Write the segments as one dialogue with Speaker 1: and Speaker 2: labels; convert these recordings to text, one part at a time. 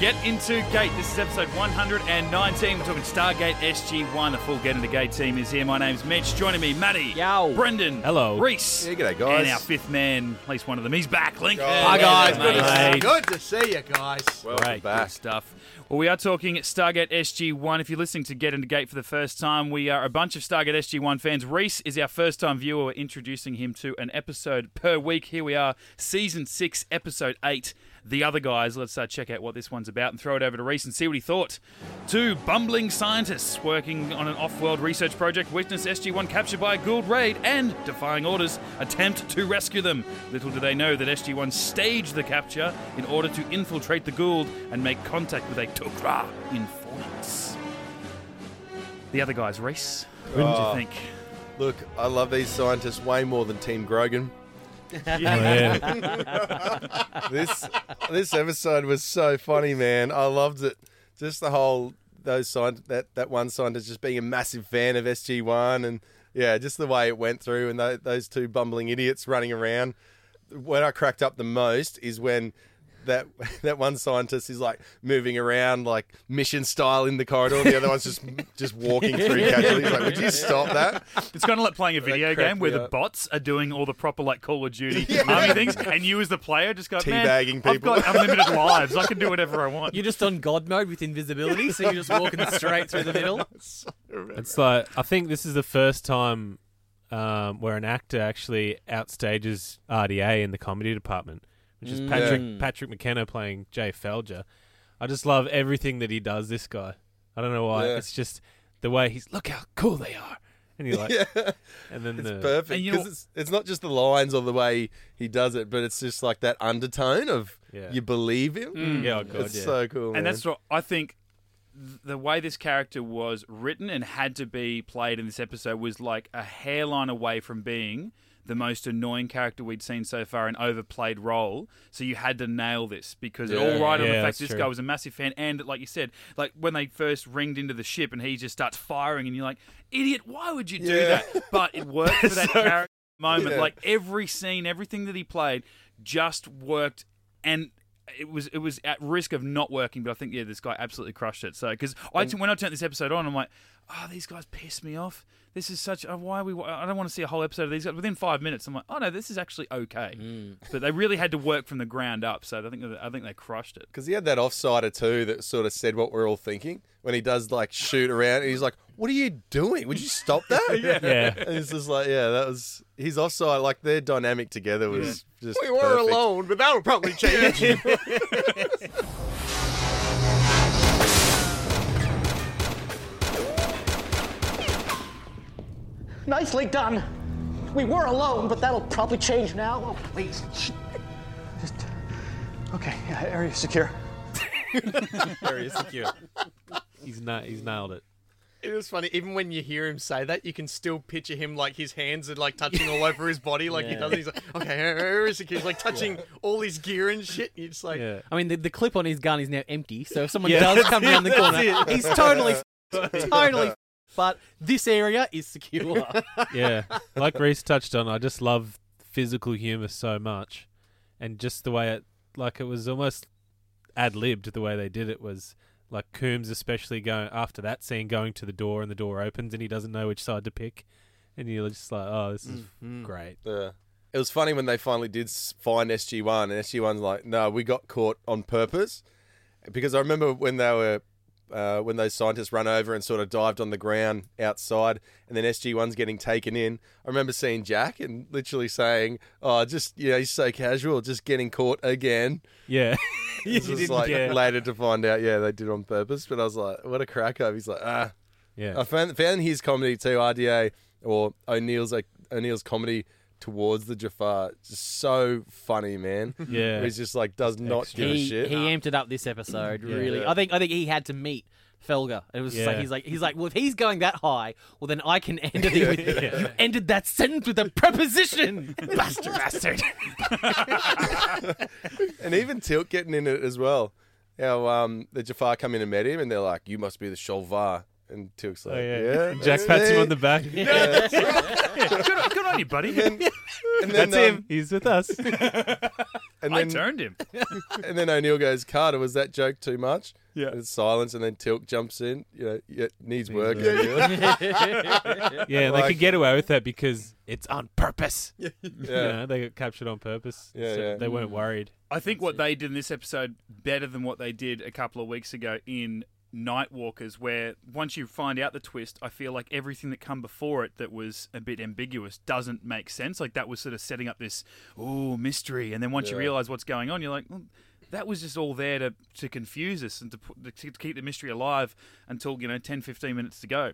Speaker 1: Get into Gate. This is episode 119. We're talking Stargate SG1. The full Get into Gate team is here. My name's Mitch. Joining me, Matty.
Speaker 2: Yo.
Speaker 1: Brendan.
Speaker 3: Hello.
Speaker 1: Reese.
Speaker 4: Yeah, g'day, guys.
Speaker 1: And our fifth man, at least one of them. He's back. Link.
Speaker 4: Hi, guys.
Speaker 1: Good to
Speaker 3: Mate.
Speaker 1: see-
Speaker 5: Good to see you guys.
Speaker 4: Welcome
Speaker 1: Great, good
Speaker 4: back.
Speaker 1: stuff. Well, we are talking Stargate SG1. If you're listening to Get Into Gate for the first time, we are a bunch of Stargate SG1 fans. Reese is our first time viewer. We're introducing him to an episode per week. Here we are, season six, episode eight. The other guys. Let's uh, check out what this one's about and throw it over to Reese and see what he thought. Two bumbling scientists working on an off world research project witness SG1 captured by a Gould raid and, defying orders, attempt to rescue them. Little do they know that SG1 staged the capture in order to infiltrate the Gould and make contact with a Tok'ra informant. The other guys, Reese. What did
Speaker 4: Ah.
Speaker 1: you think?
Speaker 4: Look, I love these scientists way more than Team Grogan.
Speaker 3: Yeah.
Speaker 4: This this episode was so funny, man. I loved it. Just the whole those scientists, that that one scientist just being a massive fan of SG One, and yeah, just the way it went through, and tho- those two bumbling idiots running around. When I cracked up the most is when. That, that one scientist is like moving around like mission style in the corridor. and The other one's just just walking through casually. He's like, "Would you stop that?"
Speaker 1: It's kind of like playing a video
Speaker 4: cracked
Speaker 1: game where
Speaker 4: me
Speaker 1: the
Speaker 4: up.
Speaker 1: bots are doing all the proper like Call of Duty army things, and you as the player just go, man,
Speaker 4: Teabagging
Speaker 1: I've
Speaker 4: people."
Speaker 1: got unlimited lives. I can do whatever I want.
Speaker 2: You're just on God mode with invisibility, so you're just walking straight through the middle.
Speaker 3: it's like I think this is the first time um, where an actor actually outstages RDA in the comedy department, which
Speaker 4: Mm.
Speaker 3: is Patrick Patrick McKenna playing Jay Felger. I just love everything that he does. This guy, I don't know why.
Speaker 4: Yeah.
Speaker 3: It's just the way he's look how cool they are, and you're like, and then the,
Speaker 4: perfect
Speaker 1: And you know-
Speaker 4: because it's, it's not just the lines or the way he does it, but it's just like that undertone of
Speaker 3: Yeah.
Speaker 4: you believe him.
Speaker 3: yeah, oh god,
Speaker 4: it's
Speaker 3: yeah.
Speaker 4: so cool.
Speaker 1: Mm. and
Speaker 4: man.
Speaker 1: that's what I think. th- The way this character was written and had to be played in this episode was like a hairline away from being the most annoying character we'd seen so far, an overplayed role. So you had to nail this because it all
Speaker 4: Yeah.
Speaker 1: right on the
Speaker 3: Yeah,
Speaker 1: fact
Speaker 3: that's
Speaker 1: this
Speaker 3: true.
Speaker 1: guy was a massive fan, and like you said, like when they first ringed into the ship and he just starts firing, and you're like, idiot, why would you do
Speaker 4: Yeah.
Speaker 1: that? But it worked for that character moment.
Speaker 4: Yeah.
Speaker 1: Like every scene, everything that he played just worked, and it was it was at risk of not working. But I think yeah, this guy absolutely crushed it. So because I t- when I turned this episode on, I'm like, oh, these guys piss me off. This is such. Oh, why are we? I don't want to see a whole episode of these guys. Within five minutes, I'm like, oh no, this is actually okay.
Speaker 4: Mm.
Speaker 1: But they really had to work from the ground up. So I think I think they crushed it.
Speaker 4: because he had that offsider too that sort of said what we're all thinking when he does like shoot around. And he's like, "What are you doing? Would you stop that?" yeah.
Speaker 3: yeah.
Speaker 4: And it's just like, yeah, that was his offside. Like their dynamic together was just.
Speaker 5: We were
Speaker 4: perfect.
Speaker 5: alone, but that'll probably change.
Speaker 6: Nicely done. We were alone, but that'll probably change now. Oh, please. Shh. Just. Okay, yeah, area secure.
Speaker 3: Very secure. He's na- he's nailed it.
Speaker 5: it was funny, even when you hear him say that, you can still picture him like his hands are like touching all over his body, like he does. He's like, okay, where is the kid? He's like touching all his gear and shit. And you're just like,
Speaker 3: Yeah.
Speaker 2: I mean, the, the clip on his gun is now empty, so if someone
Speaker 3: Yeah,
Speaker 2: does come around the corner, he's totally, totally. But this area is secure.
Speaker 3: yeah, like Reese touched on, I just love physical humor so much, and just the way it, like it was almost ad libbed. The way they did it was like Coombs, especially going after that scene, going to the door and the door opens and he doesn't know which side to pick, and you're just like, oh, this is
Speaker 4: Mm-hmm.
Speaker 3: great.
Speaker 4: Yeah. It was funny when they finally did s- find SG One, and SG One's like, "No, we got caught on purpose," because I remember when they were. Uh, when those scientists run over and sort of dived on the ground outside, and then SG One's getting taken in, I remember seeing Jack and literally saying, "Oh, just you know, he's so casual, just getting caught again."
Speaker 3: Yeah,
Speaker 4: This
Speaker 3: You
Speaker 4: was
Speaker 3: didn't
Speaker 4: like
Speaker 3: care.
Speaker 4: later to find out, yeah, they did on purpose. But I was like, "What a crack up!" He's like, "Ah,
Speaker 3: yeah,
Speaker 4: I found, found his comedy too, RDA or O'Neill's like O'Neill's comedy towards the Jafar, just so funny, man.
Speaker 3: Yeah.
Speaker 4: he's just like does not
Speaker 3: Extra.
Speaker 4: give a
Speaker 2: he
Speaker 4: shit.
Speaker 2: he amped it up this episode. Really,
Speaker 4: Yeah.
Speaker 2: I think I think he had to meet Felger. It was just like
Speaker 3: Yeah.
Speaker 2: he's like he's like, well, if he's going that high, well then I can end it. With, You ended that sentence with a preposition, bastard, bastard.
Speaker 4: and even Tilt getting in it as well. How um, the Jafar come in and met him, and they're like, "You must be the Sholvar." And Tilt's like,
Speaker 3: oh, yeah.
Speaker 4: yeah.
Speaker 3: Jack pats him on the back.
Speaker 1: Yeah, good, on- good on you, buddy.
Speaker 4: And then,
Speaker 3: That's him.
Speaker 4: um,
Speaker 3: He's with us.
Speaker 4: and
Speaker 1: I
Speaker 4: then
Speaker 1: turned him.
Speaker 4: and then O'Neill goes, Carter, was that joke too much?
Speaker 1: Yeah.
Speaker 4: And it's silence, and then Tilk jumps in. You know, yeah, needs work.
Speaker 3: Yeah, they
Speaker 4: Like-
Speaker 3: could get away with that because it's on purpose. Yeah,
Speaker 4: Yeah.
Speaker 3: they got captured on purpose.
Speaker 4: Yeah,
Speaker 3: so
Speaker 4: yeah.
Speaker 3: they weren't worried.
Speaker 1: I think what they did in this episode better than what they did a couple of weeks ago in Nightwalkers, where once you find out the twist, I feel like everything that come before it that was a bit ambiguous doesn't make sense. Like that was sort of setting up this ooh mystery, and then once you realize what's going on, you're like. "Well, that was just all there to, to confuse us and to, put, to keep the mystery alive until, you know, 10, 15 minutes to go.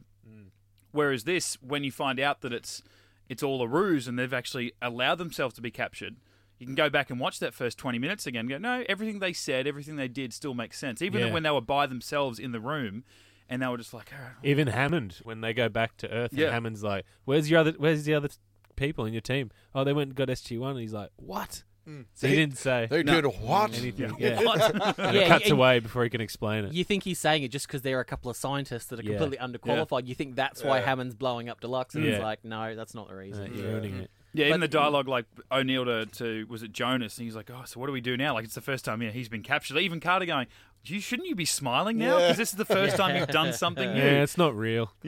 Speaker 1: Whereas this, when you find out that it's it's all a ruse and they've actually allowed themselves to be captured, you can go back and watch that first twenty minutes again. and go, no, everything they said, everything they did, still makes sense. Even
Speaker 3: Yeah.
Speaker 1: when they were by themselves in the room, and they were just like, "Oh, all right,
Speaker 3: Even Hammond, when they go back to Earth,
Speaker 1: Yeah.
Speaker 3: and Hammond's like, "Where's your other? Where's the other t- people in your team? Oh, they went and got SG One." And he's like, "What?"
Speaker 2: Hmm.
Speaker 3: So he didn't say
Speaker 4: They did what?
Speaker 3: anything.
Speaker 1: yeah,
Speaker 3: Yeah,
Speaker 1: what?
Speaker 3: And it
Speaker 2: Yeah,
Speaker 3: cuts
Speaker 2: and-
Speaker 3: away before he can explain it.
Speaker 2: You think he's saying it just because there are a couple of scientists that are
Speaker 3: Yeah.
Speaker 2: completely underqualified. You think that's why Hammond's blowing up Deluxe, and he's
Speaker 3: Yeah.
Speaker 2: like, no, that's not the
Speaker 3: Uh,
Speaker 2: reason.
Speaker 3: you're ruining it.
Speaker 1: yeah. Even the
Speaker 2: But-
Speaker 1: dialogue, like O'Neill to, to was it Jonas, and he's like, oh, so what do we do now? Like it's the first time, yeah, he's been captured. Even Carter going. You shouldn't you be smiling now because this is the first time you've done something new.
Speaker 3: Yeah, it's not real.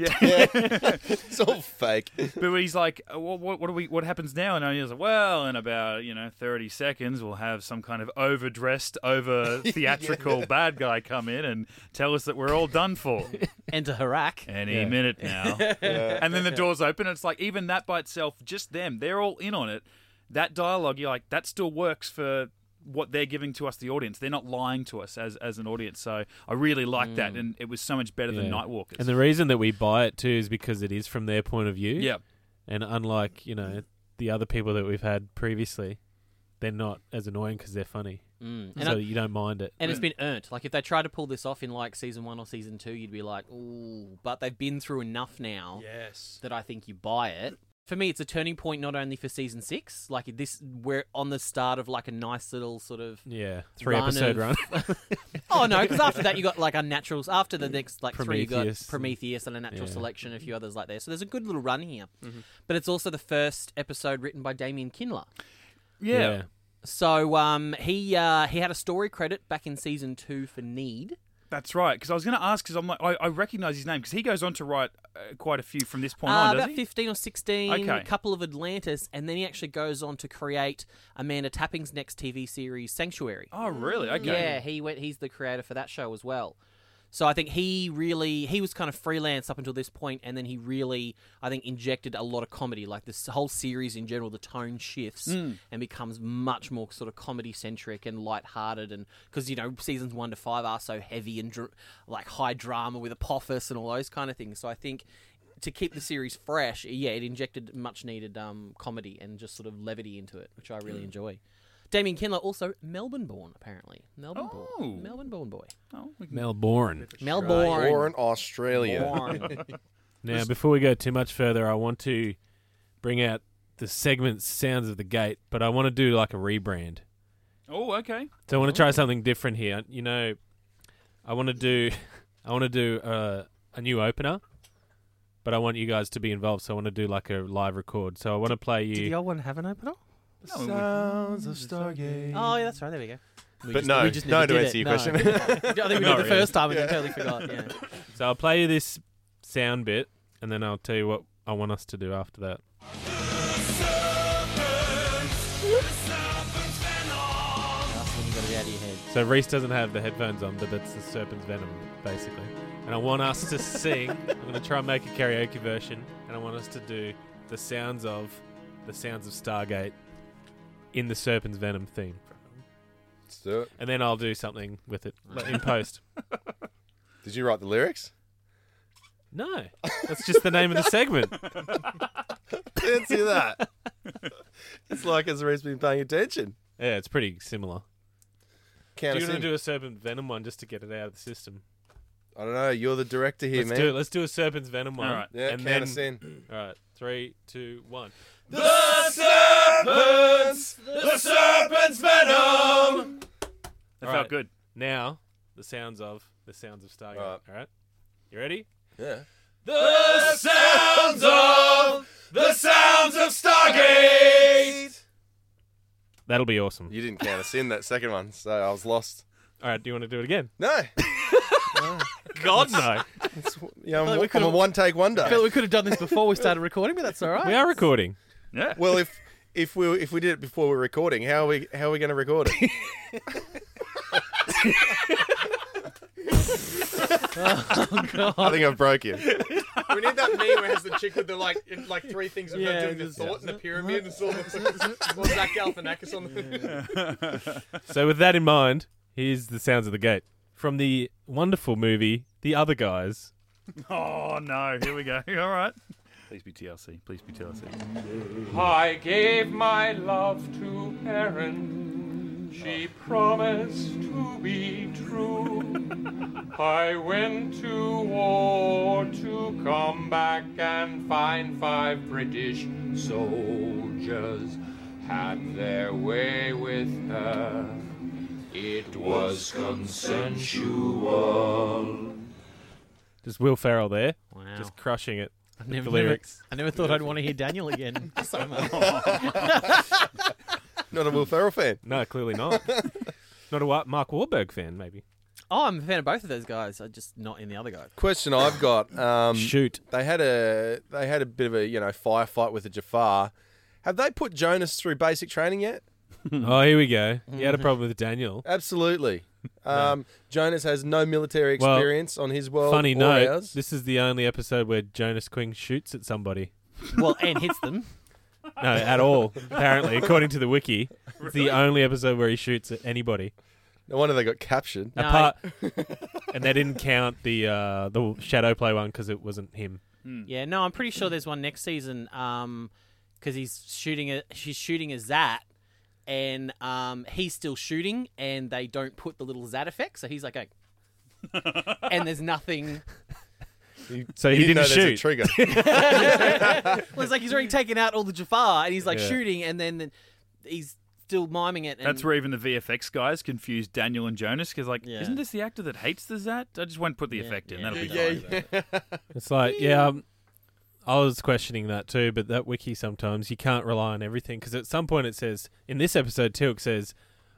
Speaker 4: It's all fake.
Speaker 1: But he's like, uh, what, what, what do we? What happens now? And O'Neill's like, well, in about you know thirty seconds, we'll have some kind of overdressed, over theatrical bad guy come in and tell us that we're all done for
Speaker 2: Enter Harak.
Speaker 1: any minute now. And then the doors open. And it's like even that by itself, just them, they're all in on it. That dialogue, you're like, that still works for what they're giving to us, the audience. They're not lying to us as as an audience. So I really like that, and it was so much better than
Speaker 3: Mm. Yeah.
Speaker 1: Nightwalkers.
Speaker 3: And the reason that we buy it too is because it is from their point of view.
Speaker 1: yeah,
Speaker 3: And unlike, you know, the other people that we've had previously, they're not as annoying because they're funny.
Speaker 2: Mm. And,
Speaker 3: so
Speaker 2: I-
Speaker 3: you don't mind it.
Speaker 2: and it's been earned. Like if they tried to pull this off in like season one or season two, you'd be like, ooh. But they've been through enough now
Speaker 1: yes,
Speaker 2: that I think you buy it. For me, it's a turning point not only for season six. Like this, we're on the start of like a nice little sort of
Speaker 3: Yeah. Three
Speaker 2: Run of-
Speaker 3: episode run.
Speaker 2: Oh no, because after that you got like unnaturals. After the next like three, you
Speaker 3: Prometheus.
Speaker 2: got Prometheus and a natural
Speaker 3: Yeah.
Speaker 2: selection, a few others like there. So there's a good little run here. But it's also the first episode written by Damien Kindler.
Speaker 1: yeah.
Speaker 2: So um, he uh, he had a story credit back in season two for Need.
Speaker 1: That's right. Because I was going to ask. Because I'm like, I, I recognize his name. Because he goes on to write uh, quite a few from this point
Speaker 2: Uh,
Speaker 1: on,
Speaker 2: about
Speaker 1: doesn't he?
Speaker 2: fifteen or sixteen,
Speaker 1: Okay.
Speaker 2: a couple of Atlantis, and then he actually goes on to create Amanda Tapping's next TV series, Sanctuary.
Speaker 1: Oh, really? Okay.
Speaker 2: Yeah, he went. He's the creator for that show as well. So I think he really he was kind of freelance up until this point, and then he really I think injected a lot of comedy. Like this whole series in general, the tone shifts and becomes much more sort of comedy centric and lighthearted. And because you know seasons one to five are so heavy and dr- like high drama with Apophis and all those kind of things. So I think to keep the series fresh, yeah, it injected much needed um, comedy and just sort of levity into it, which I really enjoy. Damien Kindler also Melbourne born apparently. Melbourne
Speaker 1: Oh.
Speaker 2: born. Melbourne born boy.
Speaker 1: Oh, we can-
Speaker 3: Melbourne.
Speaker 2: Melbourne.
Speaker 4: Or in Australia.
Speaker 2: Born.
Speaker 3: Now, before we go too much further, I want to bring out the segment Sounds of the Gate, but I want to do like a rebrand.
Speaker 1: oh, okay.
Speaker 3: So I want to try something different here. You know, I want to do, I want to do uh, a new opener, but I want you guys to be involved. So I want to do like a live record. So I want to play you.
Speaker 2: old one have an opener?
Speaker 1: No, we-
Speaker 4: Sounds of Stargate.
Speaker 2: Oh yeah, that's right. There we go. We
Speaker 4: But no,
Speaker 2: we just
Speaker 4: no
Speaker 2: never
Speaker 4: to
Speaker 2: did
Speaker 4: answer
Speaker 2: it,
Speaker 4: your
Speaker 2: no.
Speaker 4: question.
Speaker 2: I think we
Speaker 1: Not
Speaker 2: did the
Speaker 1: really.
Speaker 2: first time and then totally forgot. Yeah.
Speaker 3: So I'll play you this sound bit, and then I'll tell you what I want us to do after that.
Speaker 2: That's when you got it out of your head.
Speaker 3: So Reese doesn't have the headphones on, but it's the serpent's venom, basically. And I want us to sing. I'm going to try and make a karaoke version, and I want us to do the sounds of the sounds of Stargate in the serpent's venom theme.
Speaker 4: Let's do it.
Speaker 3: And then I'll do something with it like, in post.
Speaker 4: Did you write the lyrics?
Speaker 3: No, that's just the name of the segment.
Speaker 4: Fancy that. it's like as Reed's been paying attention.
Speaker 3: Yeah, it's pretty similar.
Speaker 4: Count
Speaker 3: do you
Speaker 4: us
Speaker 3: want
Speaker 4: in.
Speaker 3: to do a serpent venom one just to get it out of the system?
Speaker 4: I don't know. You're the director here,
Speaker 3: Let's
Speaker 4: man.
Speaker 3: do it. Let's do a serpent's venom one.
Speaker 1: All right.
Speaker 4: Yeah,
Speaker 3: and
Speaker 4: count
Speaker 3: then
Speaker 4: us in.
Speaker 3: all right, three, two, one.
Speaker 1: That
Speaker 3: All
Speaker 1: felt
Speaker 3: right.
Speaker 1: good.
Speaker 3: Now the sounds of the sounds of Stargate.
Speaker 4: All right.
Speaker 3: All right, you ready?
Speaker 4: Yeah.
Speaker 3: That'll be awesome.
Speaker 4: You didn't count us in that second one, so I was lost.
Speaker 3: All right, do you want to do it again?
Speaker 4: No,
Speaker 3: God no.
Speaker 4: you know, I'm,
Speaker 5: we
Speaker 4: I'm a
Speaker 5: could've-
Speaker 4: one take wonder.
Speaker 5: I feel we could have done this before we started recording, but that's all right.
Speaker 3: we are recording.
Speaker 1: Yeah.
Speaker 4: Well, if if we if we did it before we we're recording, how are we how are we going to record it? I think I've broke you.
Speaker 5: We need that meme where it has the chick with the like, in, like three things of
Speaker 2: Yeah,
Speaker 5: her doing the
Speaker 2: just-
Speaker 5: thought and the pyramid and sort of or Zach Galifianakis on the.
Speaker 3: So with that in mind, here's the sounds of the gate from the wonderful movie The Other Guys.
Speaker 1: Oh no, here we go. All right. Please be TLC. Please be TLC.
Speaker 7: I gave my love to Erin. She promised to be true. I went to war to come back and find five British soldiers had their way with her. It was consensual.
Speaker 3: Just Will Ferrell there,
Speaker 2: Wow.
Speaker 3: just crushing it.
Speaker 2: I never,
Speaker 3: the lyrics.
Speaker 2: I never thought I'd want to hear Daniel again so much.
Speaker 4: Not a Will Ferrell fan.
Speaker 3: No, clearly not. not a Wa- Mark Wahlberg fan, maybe.
Speaker 2: Oh, I'm a fan of both of those guys. I just not in the other guy.
Speaker 4: Question I've got: um,
Speaker 3: Shoot.
Speaker 4: They had a they had a bit of a you know firefight with a Jafar. Have they put Jonas through basic training yet?
Speaker 3: Oh, here we go. He had a problem with Daniel.
Speaker 4: Absolutely. Um, Jonas has no military
Speaker 3: Well,
Speaker 4: experience on his world.
Speaker 3: Funny
Speaker 4: or
Speaker 3: note,
Speaker 4: ours.
Speaker 3: this is the only episode where Jonas Quinn shoots at somebody.
Speaker 2: Well, and hits them.
Speaker 3: No, at all. Apparently, according to the wiki, it's the only episode where he shoots at anybody.
Speaker 4: no wonder they got captured.
Speaker 2: No,
Speaker 3: Apart, and they didn't count the uh, the shadow play one because it wasn't him.
Speaker 2: Yeah, no, I'm pretty sure there's one next season. Um, because he's shooting a she's shooting a Zat, and um, he's still shooting, and they don't put the little Zat effect, so he's like, going, and there's nothing.
Speaker 3: So he, didn't,
Speaker 4: know there's
Speaker 3: shoot.
Speaker 4: a trigger.
Speaker 2: Well, it's like he's already taken out all the Jafar, and he's like
Speaker 3: Yeah.
Speaker 2: shooting, and then he's still miming it. And
Speaker 1: That's where even the VFX guys confused Daniel and Jonas because, like,
Speaker 2: Yeah.
Speaker 1: isn't this the actor that hates the Zat? I just won't put the
Speaker 2: Yeah,
Speaker 1: effect in.
Speaker 2: yeah,
Speaker 1: That'll be
Speaker 5: Yeah,
Speaker 1: fine.
Speaker 5: yeah.
Speaker 3: It's like, yeah, um, I was questioning that too, but that wiki sometimes you can't rely on everything because at some point it says in this episode Tilk says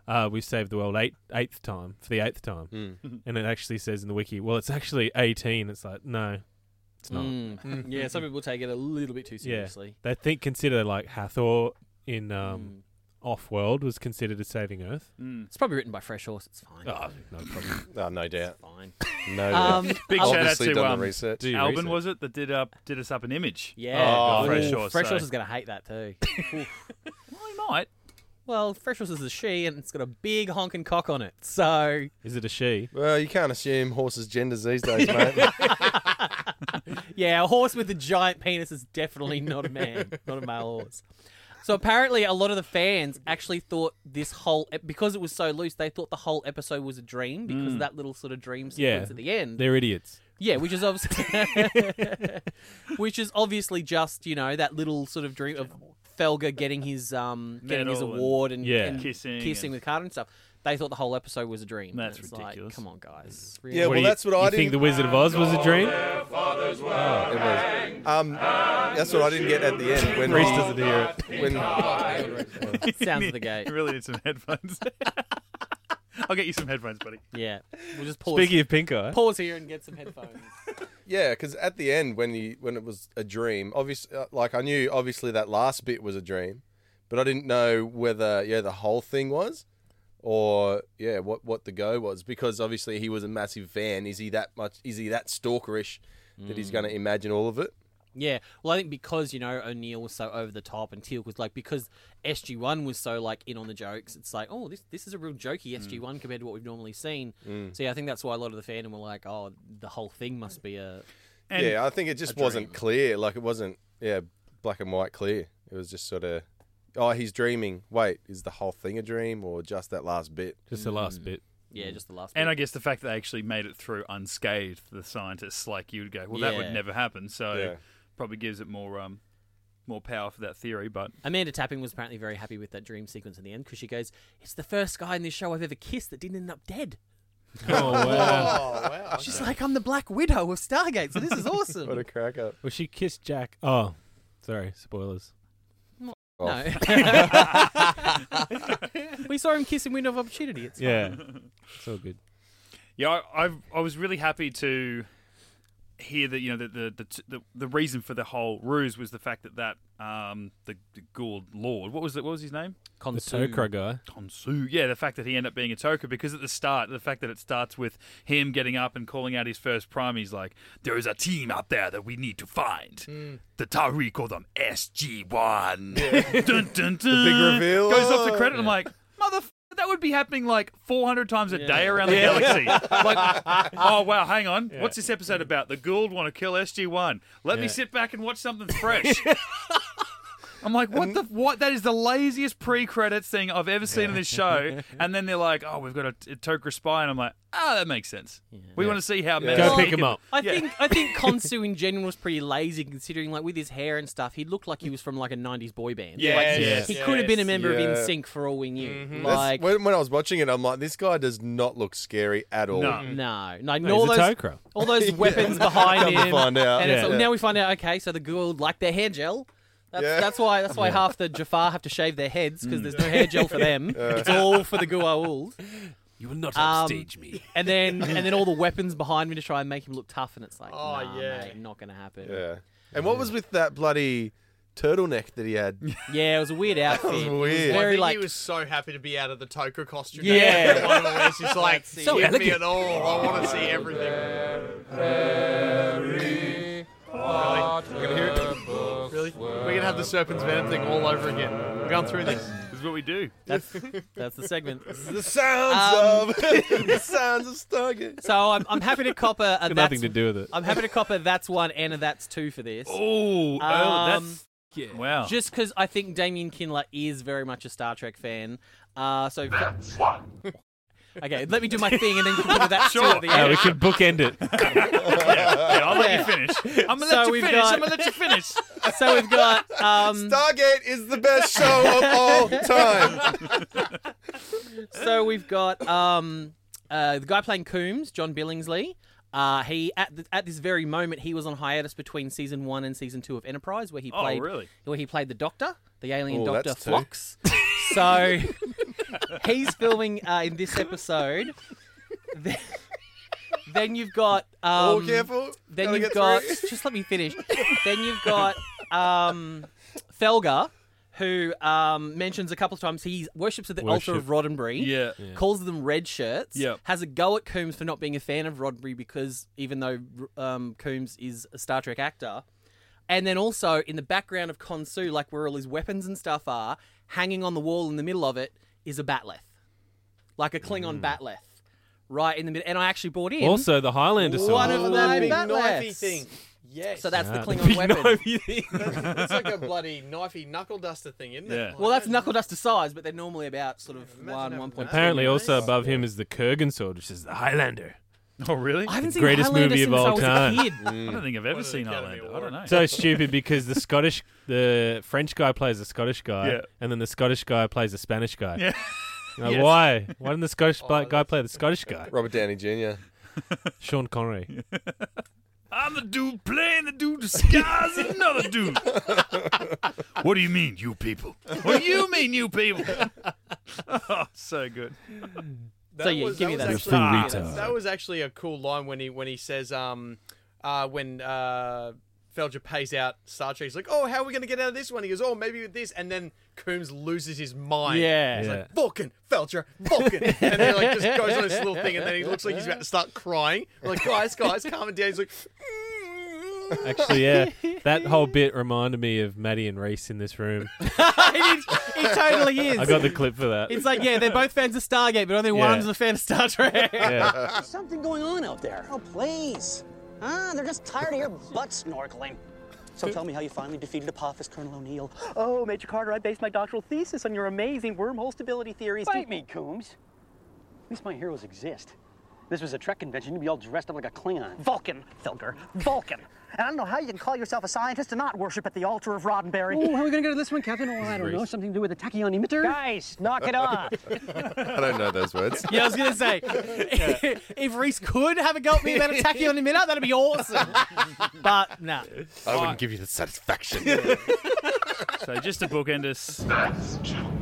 Speaker 3: uh, we've saved the world eight eighth time for the eighth time,
Speaker 4: Hmm.
Speaker 3: and it actually says in the wiki, well, it's actually eighteen. It's like no, it's not.
Speaker 2: Mm. yeah, some people take it a little bit too seriously. Mm.
Speaker 3: They think consider like Hathor in um, Off World was considered as saving Earth.
Speaker 1: Mm.
Speaker 2: It's probably written by Fresh Horse. It's fine.
Speaker 3: Oh, no problem.
Speaker 4: oh, no doubt.
Speaker 2: Fine.
Speaker 4: No doubt.
Speaker 2: Um,
Speaker 1: Big shout out
Speaker 4: Obviously
Speaker 1: to
Speaker 4: done
Speaker 1: um,
Speaker 4: the research.
Speaker 3: Do your
Speaker 1: Alban,
Speaker 3: research.
Speaker 1: was it that did up did us up an image?
Speaker 2: Yeah,
Speaker 4: Oh,
Speaker 2: Ooh,
Speaker 1: Fresh Horse,
Speaker 2: Fresh
Speaker 1: so-
Speaker 2: Horse is going to hate that too.
Speaker 1: Well, he might.
Speaker 2: well, Fresh Horse is a she, and it's got a big honking cock on it. So
Speaker 3: Is it a she?
Speaker 4: Well, you can't assume horses' genders these days, mate.
Speaker 2: yeah, a horse with a giant penis is definitely not a man, not a male horse. So apparently, a lot of the fans actually thought this whole ep- because it was so loose, they thought the whole episode was a dream because of that little sort of dream sequence
Speaker 3: Yeah.
Speaker 2: at the end.
Speaker 3: They're idiots.
Speaker 2: Yeah, which is obviously, which is obviously just you know that little sort of dream of Felga getting his um getting his
Speaker 1: Medal and-
Speaker 2: award and,
Speaker 3: Yeah.
Speaker 2: and
Speaker 1: Kissing
Speaker 2: kissing
Speaker 1: and-
Speaker 2: with Carter and stuff. They thought the whole episode was a dream.
Speaker 1: That's
Speaker 2: And it's
Speaker 1: ridiculous.
Speaker 2: Like, Come on, guys.
Speaker 4: Yeah,
Speaker 3: What
Speaker 4: well,
Speaker 3: do you- Oh.
Speaker 4: that's what I
Speaker 3: you think.
Speaker 4: didn't.
Speaker 3: The Wizard of Oz was a dream.
Speaker 4: It was. Um, that's what I didn't get at the end when
Speaker 3: Reese doesn't hear it.
Speaker 4: when
Speaker 2: Sounds of the gate.
Speaker 1: You really need some headphones. I'll get you some headphones, buddy.
Speaker 2: Yeah, we'll just pause.
Speaker 3: Speaking of pink eye,
Speaker 2: pause here and get some headphones.
Speaker 4: yeah, because at the end when you when it was a dream, obviously, like I knew obviously that last bit was a dream, but I didn't know whether yeah the whole thing was, or yeah what what the go was because obviously he was a massive fan. Is he that much? Is he that stalkerish that he's going to imagine all of it?
Speaker 2: yeah, well, I think because you know O'Neill was so over the top and Teal was like because SG One was so like in on the jokes. It's like oh this this is a real jokey
Speaker 1: Mm.
Speaker 2: SG One compared to what we've normally seen. So yeah, I think that's why a lot of the fandom were like oh the whole thing must be a
Speaker 1: And-
Speaker 4: yeah, I think it just wasn't clear. Like it wasn't yeah black and white clear. It was just sort of oh he's dreaming. Wait, is the whole thing a dream or just that last bit?
Speaker 3: just the last bit.
Speaker 2: yeah just the last.
Speaker 1: And
Speaker 2: bit.
Speaker 1: I guess the fact that they actually made it through unscathed, the scientists, like you would go, well, that would
Speaker 2: Yeah.
Speaker 1: never happen. So
Speaker 4: Yeah.
Speaker 1: probably gives it more um more power for that theory. But
Speaker 2: Amanda Tapping was apparently very happy with that dream sequence in the end because she goes, "It's the first guy in this show I've ever kissed that didn't end up dead."
Speaker 3: Oh wow!
Speaker 2: She's like, "I'm the Black Widow of Stargate, so this is awesome."
Speaker 4: What a crack up.
Speaker 3: well, she kissed Jack. Oh, sorry, spoilers.
Speaker 4: off.
Speaker 2: we saw him kissing window of opportunity. It's
Speaker 3: Yeah, it's all good.
Speaker 1: Yeah, I, I I was really happy to hear that you know that the the, t- the the reason for the whole ruse was the fact that that um the, the Gould Lord what was it what was his name
Speaker 3: The Tokra guy.
Speaker 1: Tonsu yeah the fact that he ended up being a Toker because at the start the fact that it starts with him getting up and calling out his first prime he's like there is a team out there that we need to find
Speaker 4: Hmm.
Speaker 1: the Tari call them SG One dun, dun, dun. the
Speaker 4: big reveal.
Speaker 1: goes off the credit I'm like motherfucker that would be happening like 400 times a day around the galaxy. like, oh wow, hang on. What's this episode about? The Gould want to kill SG1. Let me
Speaker 3: Yeah.
Speaker 1: sit back and watch something fresh. I'm like, what the what? That is the laziest pre-credits thing I've ever seen in this show. And then they're like, oh, we've got a, a Tokra spy, and I'm like, oh, that makes sense. We want to see how many
Speaker 3: Go
Speaker 2: Well,
Speaker 3: pick him up.
Speaker 2: I think I think Konsu in general was pretty lazy, considering like with his hair and stuff, he looked like he was from like a '90s boy band.
Speaker 5: Yes,
Speaker 2: Like,
Speaker 5: yes,
Speaker 2: he could have been a member
Speaker 4: Yeah. Mm-hmm.
Speaker 2: of InSync for all we knew.
Speaker 4: That's-
Speaker 2: Like,
Speaker 4: when, when I was watching it, I'm like, this guy does not look scary at all.
Speaker 1: No.
Speaker 3: Mm.
Speaker 2: no, no,
Speaker 3: No,
Speaker 2: all
Speaker 3: he's a
Speaker 2: those
Speaker 3: Tokra.
Speaker 2: all those weapons behind
Speaker 4: Come to
Speaker 2: him.
Speaker 4: find out.
Speaker 2: And it's
Speaker 4: Yeah.
Speaker 2: like,
Speaker 4: Yeah.
Speaker 2: now we find out. Okay, so the Gould like their hair gel. That's,
Speaker 4: Yeah.
Speaker 2: that's why. That's why half the Jafar have to shave their heads
Speaker 3: Mm.
Speaker 2: because there's no hair gel for them. It's all for the Goa'uld.
Speaker 3: You will not
Speaker 2: Um,
Speaker 3: upstage me.
Speaker 2: And then and then all the weapons behind me to try and make him look tough. And it's like,
Speaker 5: Oh,
Speaker 2: nah,
Speaker 5: yeah.
Speaker 2: mate, not gonna happen.
Speaker 4: Yeah. And what was with that bloody turtleneck that he had?
Speaker 2: Yeah, it was a weird outfit.
Speaker 4: was
Speaker 2: It was
Speaker 4: weird.
Speaker 5: I
Speaker 2: very
Speaker 5: think
Speaker 2: like
Speaker 5: he was so happy to be out of the Toker costume.
Speaker 2: Yeah.
Speaker 5: Everyone always is like,
Speaker 2: So
Speaker 5: give me
Speaker 2: elegant.
Speaker 5: it all. I want to see everything. Really? Really? We're gonna have the Serpent's Venom thing all over again. We're going through this.
Speaker 1: This is what we do.
Speaker 2: that's that's the segment.
Speaker 4: The sounds
Speaker 2: Um,
Speaker 4: of the sounds of Stargate.
Speaker 2: So I'm, I'm happy to cop a, a
Speaker 3: Got
Speaker 2: that's,
Speaker 3: nothing to do with it.
Speaker 2: I'm happy to cop a that's one and a that's two for this.
Speaker 1: Oh,
Speaker 2: Um,
Speaker 1: that's wow.
Speaker 2: Just because I think Damien Kindler is very much a Star Trek fan. Uh, so Okay, let me do my thing and then you can put that sure. at the
Speaker 3: Uh,
Speaker 2: end.
Speaker 3: we could bookend it.
Speaker 1: yeah, yeah, I'll let you finish. I'm gonna
Speaker 2: So
Speaker 1: let you
Speaker 2: we've
Speaker 1: finish.
Speaker 2: got-
Speaker 1: I'm gonna let you finish.
Speaker 2: So we've got um,
Speaker 4: Stargate is the best show of all time.
Speaker 2: so we've got um, uh, the guy playing Coombs, John Billingsley. Uh, he at the, at this very moment he was on hiatus between season one and season two of Enterprise, where he
Speaker 1: Oh,
Speaker 2: played
Speaker 1: really?
Speaker 2: where he played the Doctor, the alien
Speaker 4: Oh,
Speaker 2: Doctor
Speaker 4: that's two.
Speaker 2: Flox. so he's filming uh, in this episode. then, then you've got um,
Speaker 4: oh, careful.
Speaker 2: then
Speaker 4: Gotta
Speaker 2: you've
Speaker 4: get
Speaker 2: got
Speaker 4: through.
Speaker 2: just let me finish. then you've got um, Felga, who um, mentions a couple of times he worships at the altar of Roddenberry.
Speaker 1: Yeah.
Speaker 2: Calls them red shirts.
Speaker 1: Yep.
Speaker 2: Has a go at Coombs for not being a fan of Roddenberry because even though um, Coombs is a Star Trek actor, and then also in the background of Konsu, like where all his weapons and stuff are, hanging on the wall in the middle of it is a batleth, like a Klingon batleth, right in the middle. And I actually bought in
Speaker 3: also, the Highlander song.
Speaker 2: one of the
Speaker 5: that
Speaker 2: main
Speaker 5: big
Speaker 2: batleths.
Speaker 5: knifey thing. Yes.
Speaker 2: So that's the
Speaker 3: Ah,
Speaker 2: Klingon
Speaker 3: big
Speaker 2: weapon.
Speaker 3: knifey thing.
Speaker 5: it's like a bloody knifey knuckle duster thing, isn't it?
Speaker 1: Yeah.
Speaker 5: Like,
Speaker 2: Well, that's knuckle duster size, but they're normally about sort of one,
Speaker 5: having
Speaker 2: one point.
Speaker 3: Apparently,
Speaker 2: two.
Speaker 3: also above him is the Kurgan sword, which is the Highlander.
Speaker 1: Oh, really?
Speaker 2: I
Speaker 1: I
Speaker 2: haven't
Speaker 3: the
Speaker 2: seen
Speaker 3: greatest
Speaker 2: Highlander
Speaker 3: movie of
Speaker 2: since I
Speaker 3: all
Speaker 2: was a
Speaker 3: time.
Speaker 2: kid.
Speaker 1: don't think I've ever
Speaker 5: One of the
Speaker 1: seen
Speaker 5: Academy
Speaker 1: Highlander. I don't know.
Speaker 3: So stupid because the Scottish, the French guy plays the Scottish guy,
Speaker 1: Yeah.
Speaker 3: and then the Scottish guy plays the Spanish guy.
Speaker 1: Yeah.
Speaker 3: Now,
Speaker 1: Yes.
Speaker 3: Why? Why didn't the Scottish
Speaker 2: Oh,
Speaker 3: bla- guy play the Scottish guy?
Speaker 4: Robert Downey Jr.
Speaker 3: Sean Connery.
Speaker 1: I'm the dude playing the dude disguised as another dude. what do you mean, you people? What do you mean, you people? oh, so good.
Speaker 5: That
Speaker 2: So, yeah, give me that.
Speaker 5: was
Speaker 3: You're a
Speaker 5: actually-
Speaker 3: full retard.
Speaker 5: That was actually a cool line when he when he says um uh when uh Felger pays out Star Trek. He's like, "Oh, how are we going to get out of this one?" He goes, "Oh, maybe with this." And then Coombs loses his mind.
Speaker 2: Yeah.
Speaker 5: he's
Speaker 3: Yeah.
Speaker 5: like, "Vulcan, Felger, Vulcan," and then like just goes on this little thing, and then he looks like he's about to start crying. We're like, guys, guys, calm it down. He's like, "Mm."
Speaker 3: Actually, yeah, that whole bit reminded me of Maddie and Reese in this room.
Speaker 2: it, it totally is.
Speaker 3: I got the clip for that.
Speaker 2: it's like, yeah, they're both fans of Stargate, but only one
Speaker 3: Yeah.
Speaker 2: of them's a fan of Star Trek.
Speaker 3: yeah.
Speaker 8: Something going on out there. Oh, please. Ah, they're just tired of your butt snorkeling. So tell me how you finally defeated Apophis, Colonel O'Neill. Oh, Major Carter, I based my doctoral thesis on your amazing wormhole stability theories. Bite me, Coombs. At least my heroes exist. This was a Trek convention. You'd be all dressed up like a Klingon. Vulcan, Felger. Vulcan. And I don't know how you can call yourself a scientist and not worship at the altar of Roddenberry.
Speaker 9: Oh, how are we going to go to this one, Captain? Oh, I don't know. Something to do with the tachyon emitter?
Speaker 6: Guys, knock it off.
Speaker 4: I don't know those words.
Speaker 2: Yeah, I was gonna say, if Reese could have a go at me about attacking on the minute, that'd be awesome. But no,
Speaker 4: I wouldn't give you the satisfaction.
Speaker 1: So just to bookend us,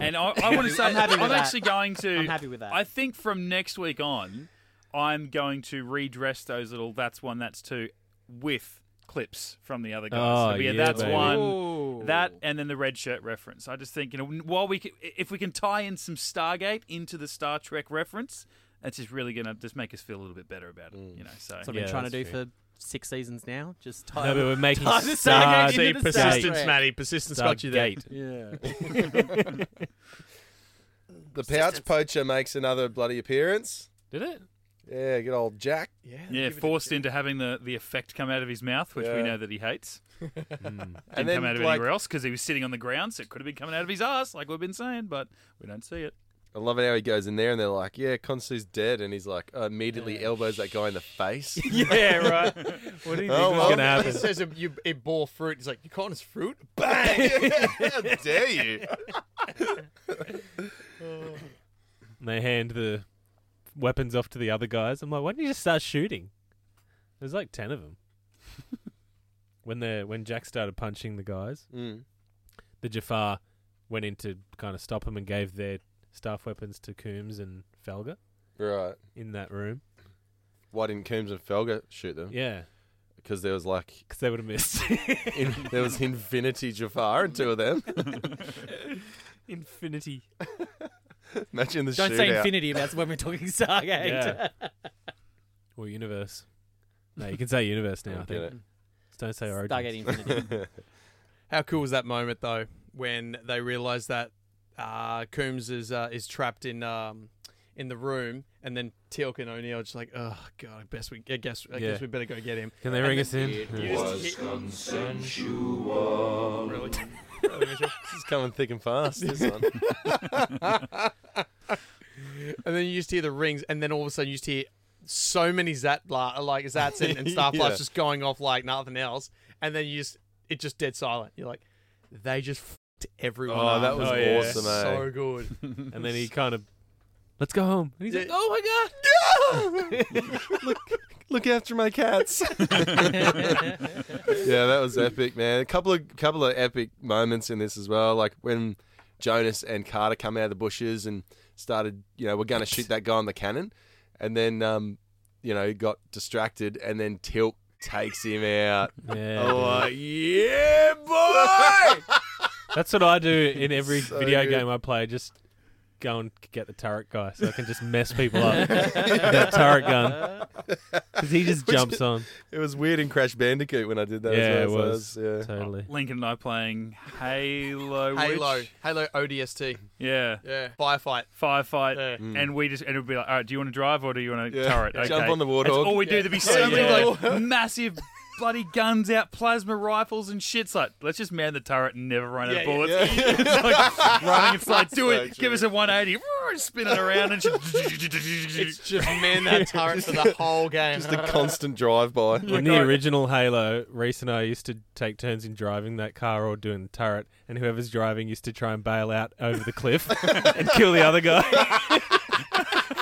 Speaker 1: and I, I want to say I'm,
Speaker 2: happy with that.
Speaker 1: actually going to.
Speaker 2: I'm happy with that.
Speaker 1: I think from next week on, I'm going to redress those little "that's one, that's two with clips from the other guys.
Speaker 3: Oh,
Speaker 1: so we had
Speaker 3: yeah,
Speaker 1: that's
Speaker 3: baby.
Speaker 1: one,
Speaker 2: Ooh.
Speaker 1: that, and then the red shirt reference. I just think you know while we c if we can tie in some Stargate into the Star Trek reference, that's just really gonna just make us feel a little bit better about it.
Speaker 3: Mm.
Speaker 1: You know, so
Speaker 2: that's what I've
Speaker 3: Yeah,
Speaker 2: been trying to do
Speaker 3: that's
Speaker 2: for six seasons now. Just
Speaker 3: No, but
Speaker 2: time.
Speaker 3: we're making
Speaker 2: Time to say again,
Speaker 3: Stargate-
Speaker 2: you
Speaker 5: See,
Speaker 2: did the same.
Speaker 5: persistence, Matty. Persistence got you there.
Speaker 3: Stargate.
Speaker 4: the pouch poacher makes another bloody appearance.
Speaker 1: did it?
Speaker 4: Yeah, good old Jack.
Speaker 1: Yeah, forced into having the, the effect come out of his mouth, which we
Speaker 4: Yeah.
Speaker 1: know that he hates. Didn't
Speaker 4: And then,
Speaker 1: come out of
Speaker 4: like-
Speaker 1: anywhere else because he was sitting on the ground, so it could have been coming out of his ass, like we've been saying, but we don't see it.
Speaker 4: I love it how he goes in there and they're like, "Yeah, Consu's dead," and he's like, uh, immediately elbows that guy in the face.
Speaker 1: Yeah, right.
Speaker 3: What do you think
Speaker 4: Oh,
Speaker 3: was
Speaker 4: well.
Speaker 3: going to
Speaker 5: He
Speaker 3: happen?
Speaker 5: says it, you, it bore fruit. He's like, you calling us fruit?
Speaker 4: Bang! how dare you?
Speaker 3: And they hand the weapons off to the other guys. I'm like, why don't you just start shooting? There's like ten of them. when the when Jack started punching the guys,
Speaker 4: Mm.
Speaker 3: the Jafar went in to kind of stop him and gave their staff weapons to Coombs and Felga
Speaker 4: Right.
Speaker 3: in that room.
Speaker 4: Why didn't Coombs and Felga shoot them?
Speaker 3: Yeah,
Speaker 4: Because there was like
Speaker 3: because they would have missed.
Speaker 4: in, there was Infinity Jafar and two of them.
Speaker 2: Infinity.
Speaker 4: Imagine the
Speaker 2: Don't
Speaker 4: shootout.
Speaker 2: say infinity. That's when we're talking Stargate.
Speaker 3: yeah. or universe. No, you can say universe now. I
Speaker 4: Don't get
Speaker 3: think.
Speaker 4: it.
Speaker 3: Just don't say origin.
Speaker 2: Stargate Infinity.
Speaker 5: How cool was that moment though when they realized that uh, Coombs is uh, is trapped in um, in the room, and then Teal'c and O'Neill are just like, oh god, I guess we I guess I
Speaker 3: Yeah.
Speaker 5: guess we better go get him.
Speaker 3: Can they ring us in? Yeah.
Speaker 5: Really?
Speaker 4: This is coming thick and fast. This one.
Speaker 5: and then you just hear the rings, and then all of a sudden you just hear so many Zatla like Zats and, and Starflies
Speaker 4: Yeah.
Speaker 5: just going off like nothing else, and then you just it just dead silent. You're like, they just fed everyone.
Speaker 4: Oh,
Speaker 5: up.
Speaker 4: that was
Speaker 3: Oh, yeah.
Speaker 4: awesome, eh?
Speaker 5: So good.
Speaker 3: And then he kind of, let's go home. And he's like,
Speaker 5: oh my god.
Speaker 4: Look after my cats. yeah, that was epic, man. A couple of couple of epic moments in this as well, like when Jonas and Carter come out of the bushes and started, you know, we're going to shoot that guy on the cannon, and then, um, you know, he got distracted, and then Tilt takes him out.
Speaker 3: yeah.
Speaker 4: I'm like, yeah, boy.
Speaker 3: That's what I do in every
Speaker 4: So
Speaker 3: video
Speaker 4: good.
Speaker 3: game I play. Just go and get the turret guy so I can just mess people up. that turret gun. Because he just jumps on.
Speaker 4: it was weird in Crash Bandicoot when I did that.
Speaker 3: yeah,
Speaker 4: as
Speaker 3: it
Speaker 4: well, so
Speaker 3: was.
Speaker 4: that was, yeah.
Speaker 3: Totally.
Speaker 1: Lincoln and I playing Halo.
Speaker 5: Halo,
Speaker 1: Witch.
Speaker 5: Halo ODST.
Speaker 1: Yeah.
Speaker 5: Yeah, firefight.
Speaker 1: Firefight,
Speaker 5: Yeah.
Speaker 1: and we just and it'd be like, all right, do you want to drive or do you want to
Speaker 4: Yeah.
Speaker 1: turret?
Speaker 4: Jump
Speaker 1: Okay.
Speaker 4: on the Warthog.
Speaker 1: That's all we do.
Speaker 5: Yeah.
Speaker 1: There'd be so many
Speaker 5: Yeah.
Speaker 1: like massive bloody guns out, plasma rifles and shit. It's like, let's just man the turret and never run out of
Speaker 5: Yeah, yeah,
Speaker 1: bullets. it's like running. It's like, do
Speaker 4: So
Speaker 1: it. Give us a one eighty. Spin it around and
Speaker 5: It's just man that turret for the whole game.
Speaker 4: Just a constant drive by.
Speaker 3: In the original Halo, Reese and I used to take turns in driving that car or doing the turret, and whoever's driving used to try and bail out over the cliff and kill the other guy.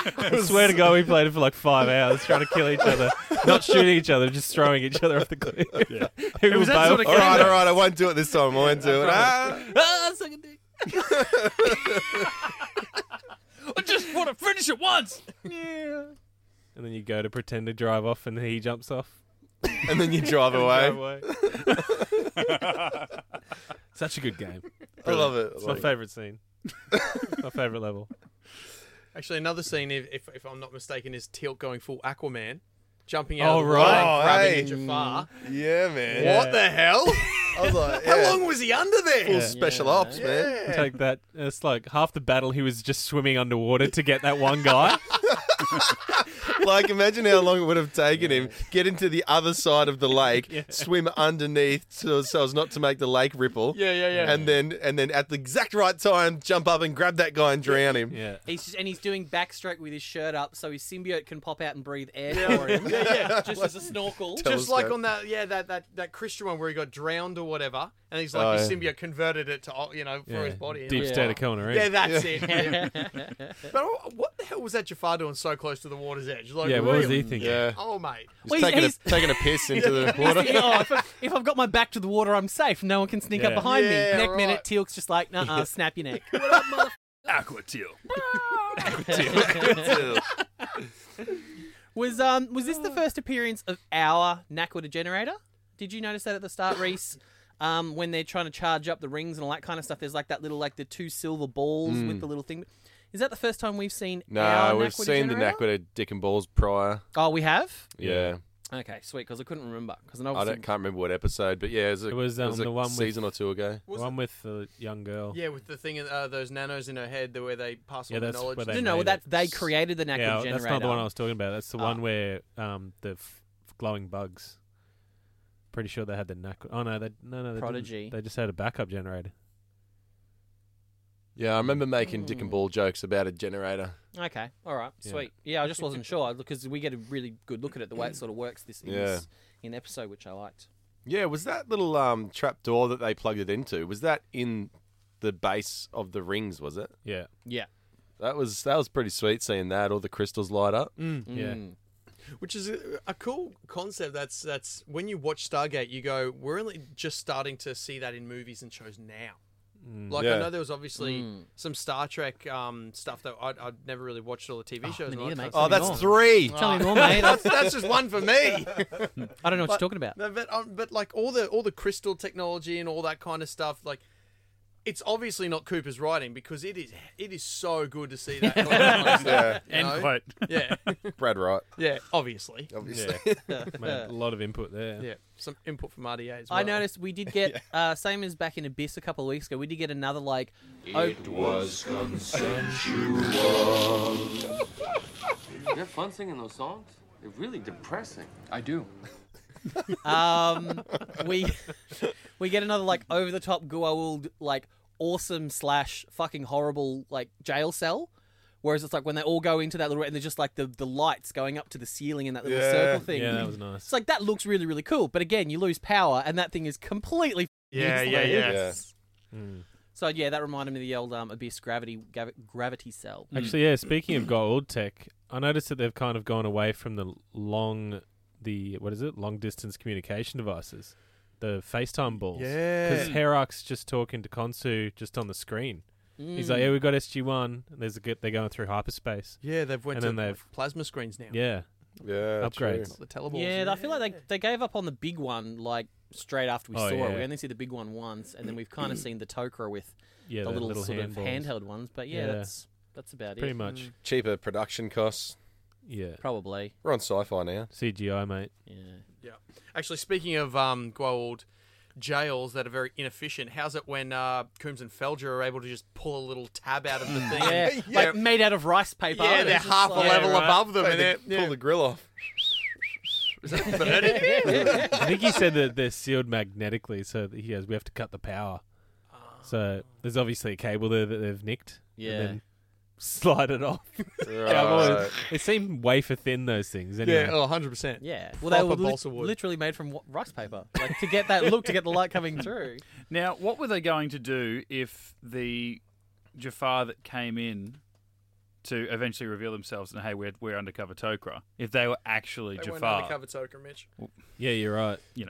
Speaker 3: I swear to God, we played it for like five hours trying to kill each other, not shooting each other, just throwing each other off the cliff. Who
Speaker 1: was
Speaker 3: will
Speaker 1: that
Speaker 3: bail
Speaker 1: sort of
Speaker 4: All right, all right. I won't do it this time. I won't do it. Ah.
Speaker 2: Ah, suck a dick.
Speaker 1: I just want to finish it once.
Speaker 3: And then you go to pretend to drive off, and he jumps off.
Speaker 4: and then you drive away.
Speaker 3: Such a good game.
Speaker 4: I love it. I
Speaker 3: It's
Speaker 4: love
Speaker 3: my
Speaker 4: it.
Speaker 3: favorite scene. my favorite level.
Speaker 5: Actually, another scene, if, if, if I'm not mistaken, is Tilt going full Aquaman, jumping out
Speaker 3: Oh,
Speaker 5: of the
Speaker 3: right.
Speaker 5: water,
Speaker 4: Oh,
Speaker 5: grabbing
Speaker 4: hey.
Speaker 5: a Jafar.
Speaker 4: Yeah, man.
Speaker 5: What the hell?
Speaker 4: I was like,
Speaker 5: How
Speaker 4: yeah,
Speaker 5: long was he under there?
Speaker 4: full special ops, man.
Speaker 3: Take that. It's like half the battle. He was just swimming underwater to get that one guy.
Speaker 4: like, imagine how long it would have taken him get into the other side of the lake, swim underneath so, so as not to make the lake ripple.
Speaker 5: Yeah, yeah, yeah.
Speaker 4: And then, and then at the exact right time, jump up and grab that guy and drown him.
Speaker 3: Yeah.
Speaker 2: He's just, and he's doing backstroke with his shirt up, so his symbiote can pop out and breathe air for him. Yeah, yeah. Just as a snorkel.
Speaker 5: Just like
Speaker 4: telescope.
Speaker 5: on that, yeah, that, that, that Christian one where he got drowned or whatever, and he's like,
Speaker 4: Oh,
Speaker 5: his
Speaker 4: yeah.
Speaker 5: symbiote converted it to, oh, you know, for
Speaker 3: yeah.
Speaker 5: his body.
Speaker 3: Deep
Speaker 5: yeah.
Speaker 3: state of eh? culinary.
Speaker 5: Yeah, that's it. Yeah. but wh- what the hell was that Jafar doing so close to the water's edge? Like,
Speaker 3: Yeah, what was he
Speaker 5: really?
Speaker 3: thinking?
Speaker 4: Yeah.
Speaker 5: Oh, mate.
Speaker 4: Just
Speaker 2: Well, he's-
Speaker 4: taking,
Speaker 2: he's-
Speaker 4: a, taking a piss into the
Speaker 2: He's
Speaker 4: water.
Speaker 2: thinking, oh, if, I, if I've got my back to the water, I'm safe. No one can sneak up
Speaker 3: Yeah.
Speaker 2: behind
Speaker 5: Yeah,
Speaker 2: me. Neck
Speaker 5: right.
Speaker 2: minute, Teal'c's just like, nah, snap your neck.
Speaker 1: Aqua Teal.
Speaker 2: Was um was this the first appearance of our Nakwita generator? Did you notice that at the start, Reese? Um, when they're trying to charge up the rings and all that kind of stuff, there's like that little like the two silver balls with the little thing. Is that the first time we've seen? our
Speaker 4: No, Mm. we've
Speaker 2: Nakwita
Speaker 4: seen the
Speaker 2: generator?
Speaker 4: Nakwita Dick and Balls prior.
Speaker 2: Oh, we have.
Speaker 4: Yeah.
Speaker 2: Okay, sweet. Because I couldn't remember. Because
Speaker 4: I don't, can't remember what episode, but yeah, it was, a,
Speaker 3: It was, um, the
Speaker 4: a
Speaker 3: one with-
Speaker 4: season or two ago.
Speaker 3: The one with the young girl.
Speaker 5: Yeah, with the thing, in, uh, those nanos in her head, the where they pass
Speaker 3: Yeah,
Speaker 5: on the
Speaker 3: that's
Speaker 5: knowledge.
Speaker 3: where
Speaker 2: no,
Speaker 3: they
Speaker 2: no,
Speaker 3: made
Speaker 2: that
Speaker 3: it.
Speaker 2: they created the Nakwita
Speaker 3: Yeah,
Speaker 2: generator.
Speaker 3: that's not the one I was talking about. That's the
Speaker 2: Ah.
Speaker 3: one where um, the f- glowing bugs. Pretty sure they had the knack. Oh no, they no no they didn't.
Speaker 2: Prodigy.
Speaker 3: They just had a backup generator.
Speaker 4: Yeah, I remember making Dick and Ball jokes about a generator.
Speaker 2: Okay, all right,
Speaker 3: Yeah.
Speaker 2: sweet. Yeah, I just wasn't sure because we get a really good look at it, the way it sort of works this in,
Speaker 4: Yeah.
Speaker 2: this, in the episode, which I liked.
Speaker 4: Yeah, was that little um, trap door that they plugged it into? Was that in the base of the rings? Was it?
Speaker 3: Yeah,
Speaker 2: Yeah,
Speaker 4: That was that was pretty sweet seeing that. All the crystals light up.
Speaker 3: yeah.
Speaker 2: Mm.
Speaker 5: which is a, a cool concept. That's that's when you watch Stargate, you go, we're only just starting to see that in movies and shows now. Like I
Speaker 4: Yeah.
Speaker 5: know there was obviously
Speaker 2: Mm.
Speaker 5: some Star Trek um, stuff that I, I'd never really watched all the TV shows.
Speaker 2: Ah, me
Speaker 5: and all
Speaker 2: neither,
Speaker 5: that
Speaker 2: mate.
Speaker 5: kind
Speaker 4: Oh,
Speaker 5: of
Speaker 4: that's
Speaker 2: more.
Speaker 4: three.
Speaker 2: tell me more, mate. I,
Speaker 5: stuff. that's just one for me.
Speaker 2: I don't know what you're talking about.
Speaker 5: No, but um, but like all the all the crystal technology and all that kind of stuff, like it's obviously not Cooper's writing because it is it is so good to see that. kind of stuff, you
Speaker 1: End
Speaker 5: know?
Speaker 1: quote.
Speaker 5: Yeah,
Speaker 4: Brad Wright,
Speaker 5: yeah, obviously.
Speaker 4: obviously.
Speaker 3: Made a lot of input there.
Speaker 5: Yeah, some input from RDA as well.
Speaker 2: I noticed we did get uh, same as back in Abyss a couple of weeks ago. We did get another like
Speaker 10: You have fun singing those songs? They're really depressing. I do.
Speaker 2: um we we get another like over the top Guauld like awesome slash fucking horrible like jail cell. Whereas it's like when they all go into that little and they're just like the, the lights going up to the ceiling and that little
Speaker 4: Yeah.
Speaker 2: circle thing.
Speaker 3: Yeah, that was nice.
Speaker 2: It's like that looks really really cool, but again you lose power and that thing is completely
Speaker 1: Yeah, yeah,
Speaker 2: useless.
Speaker 1: yeah.
Speaker 2: So yeah, that reminded me of the old um, Abyss gravity gav- gravity cell.
Speaker 3: Actually, yeah. Speaking of gold tech, I noticed that they've kind of gone away from the long, the what is it, long distance communication devices, the FaceTime balls. Yeah, because Herok's just talking to Konsu just on the screen. He's like, "Yeah, we got SG One." And there's a good, they're going through hyperspace.
Speaker 5: Yeah, they've went
Speaker 3: And
Speaker 5: to
Speaker 3: then they've-
Speaker 5: like, plasma screens now.
Speaker 3: Yeah,
Speaker 4: yeah,
Speaker 3: Upgrades.
Speaker 4: true.
Speaker 5: the teleballs.
Speaker 2: Yeah, I feel like they, they gave up on the big one like straight after we
Speaker 3: Oh,
Speaker 2: saw it.
Speaker 3: yeah.
Speaker 2: We only see the big one once, and then we've kind of seen the Tokra with
Speaker 3: yeah.
Speaker 2: the
Speaker 3: that
Speaker 2: little, sort
Speaker 3: hand
Speaker 2: of
Speaker 3: balls.
Speaker 2: handheld Hmm. ones. But yeah,
Speaker 3: Yeah.
Speaker 2: that's that's about
Speaker 3: Pretty
Speaker 2: it.
Speaker 3: much.
Speaker 4: Cheaper production costs.
Speaker 3: Yeah.
Speaker 2: Probably.
Speaker 4: We're on sci-fi now.
Speaker 3: CGI, mate.
Speaker 2: Yeah.
Speaker 5: Yeah. Actually, speaking of um, Guauld jails that are very inefficient, how's it when uh, Coombs and Felger are able to just pull a little tab out of the thing?
Speaker 2: Mm. Yeah, like made out of rice paper.
Speaker 5: Yeah,
Speaker 2: It's
Speaker 5: they're
Speaker 2: just
Speaker 5: half a
Speaker 2: like-
Speaker 5: level above them,
Speaker 4: They
Speaker 5: and they're, yeah.
Speaker 4: pull the grill off.
Speaker 3: I think he said that they're sealed magnetically, so that he goes, "We have to cut the power." So there's obviously a cable there that they've nicked.
Speaker 2: Ah. Yeah.
Speaker 3: And then slide it off.
Speaker 4: Right.
Speaker 3: They seem wafer thin those things. Anyway.
Speaker 5: yeah, oh, 100%.
Speaker 2: Yeah, well,
Speaker 5: Proper
Speaker 2: they were
Speaker 5: balsa
Speaker 2: lit-
Speaker 5: wood.
Speaker 2: literally made from wa- rice paper, like to get that look, to get the light coming through.
Speaker 1: Now, what were they going to do if the Jafar that came in to eventually reveal themselves and hey, we're we're undercover Tokra? If they were actually
Speaker 5: They weren't
Speaker 1: Jafar,
Speaker 5: undercover token, Mitch.
Speaker 3: Yeah, you're right.
Speaker 5: They were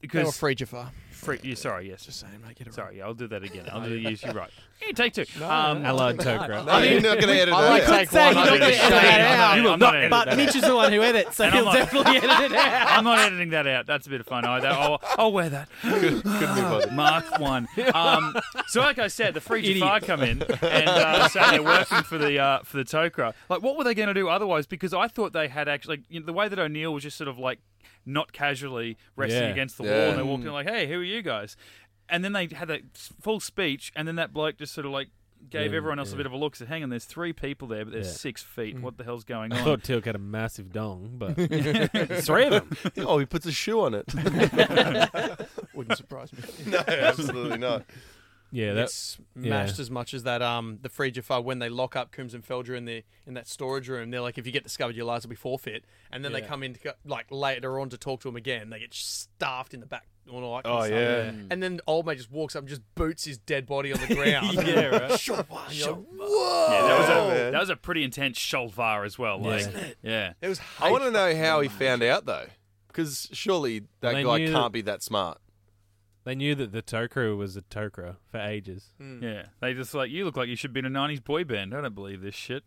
Speaker 1: because
Speaker 5: free Jafar.
Speaker 1: free, you sorry, yes,
Speaker 5: Just saying, mate, get it
Speaker 1: sorry, I'll do that again. I'll do the yes, you're right. Hey, take two. Um,
Speaker 3: Allied Tokra.
Speaker 4: No, you're not going to edit it
Speaker 2: I
Speaker 4: out.
Speaker 2: could
Speaker 5: one,
Speaker 2: say you're
Speaker 5: I think
Speaker 2: not going to
Speaker 5: it's
Speaker 2: edit that
Speaker 1: shame.
Speaker 2: out,
Speaker 1: You will not edit
Speaker 2: but
Speaker 1: that
Speaker 2: Mitch is the one who edits, so
Speaker 1: And I'm
Speaker 2: he'll
Speaker 1: not-
Speaker 2: definitely edit it out.
Speaker 1: I'm not editing that out. That's a bit of fun either. I'll, I'll wear that. Mark one. Um, so, like I said, the free Jafar come in and uh, say they're working for the uh, for the Tokra. Like, what were they going to do otherwise? Because I thought they had actually like, you know, the way that O'Neill was just sort of like not casually resting
Speaker 3: Yeah. Mm.
Speaker 1: against the
Speaker 4: Yeah.
Speaker 1: wall, and they walked in like, "Hey, who are you guys?" And then they had that s- full speech, and then that bloke just sort of like gave
Speaker 3: Yeah,
Speaker 1: everyone else a
Speaker 3: yeah.
Speaker 1: bit of a look. Said, "Hang on, there's three people there, but there's
Speaker 3: Yeah. Mm.
Speaker 1: six feet. What the hell's going
Speaker 3: I
Speaker 1: on?"
Speaker 3: thought Tilk had a massive dong, but three of them.
Speaker 4: oh, he puts a shoe on it.
Speaker 5: Wouldn't surprise me.
Speaker 4: no, absolutely not.
Speaker 3: Yeah, that's
Speaker 5: It's smashed
Speaker 3: yeah.
Speaker 5: as much as that. Um, the free Jafar when they lock up Coombs and Felger in the in that storage room, they're like, if you get discovered, your lives will be forfeit. And then they
Speaker 3: Yeah.
Speaker 5: come in to go, like later on to talk to him again. They get staffed in the back. and all that kind of
Speaker 4: Oh,
Speaker 5: stuff.
Speaker 4: yeah.
Speaker 5: And then old mate just walks up and just boots his dead body on the ground.
Speaker 1: Yeah, right.
Speaker 5: Shulvar, and you're like,
Speaker 1: Yeah, that was
Speaker 4: Oh,
Speaker 1: a
Speaker 4: man.
Speaker 1: that was a pretty intense Sholvar as well. Like, yeah.
Speaker 5: It was
Speaker 4: I want to know how he found out though, because surely that
Speaker 3: They
Speaker 4: guy
Speaker 3: knew
Speaker 4: can't
Speaker 3: that-
Speaker 4: be that smart.
Speaker 3: They knew that the Tokra was a Tokra for ages.
Speaker 1: Yeah, they just like you look like you should be in a '90s boy band. I don't believe this shit.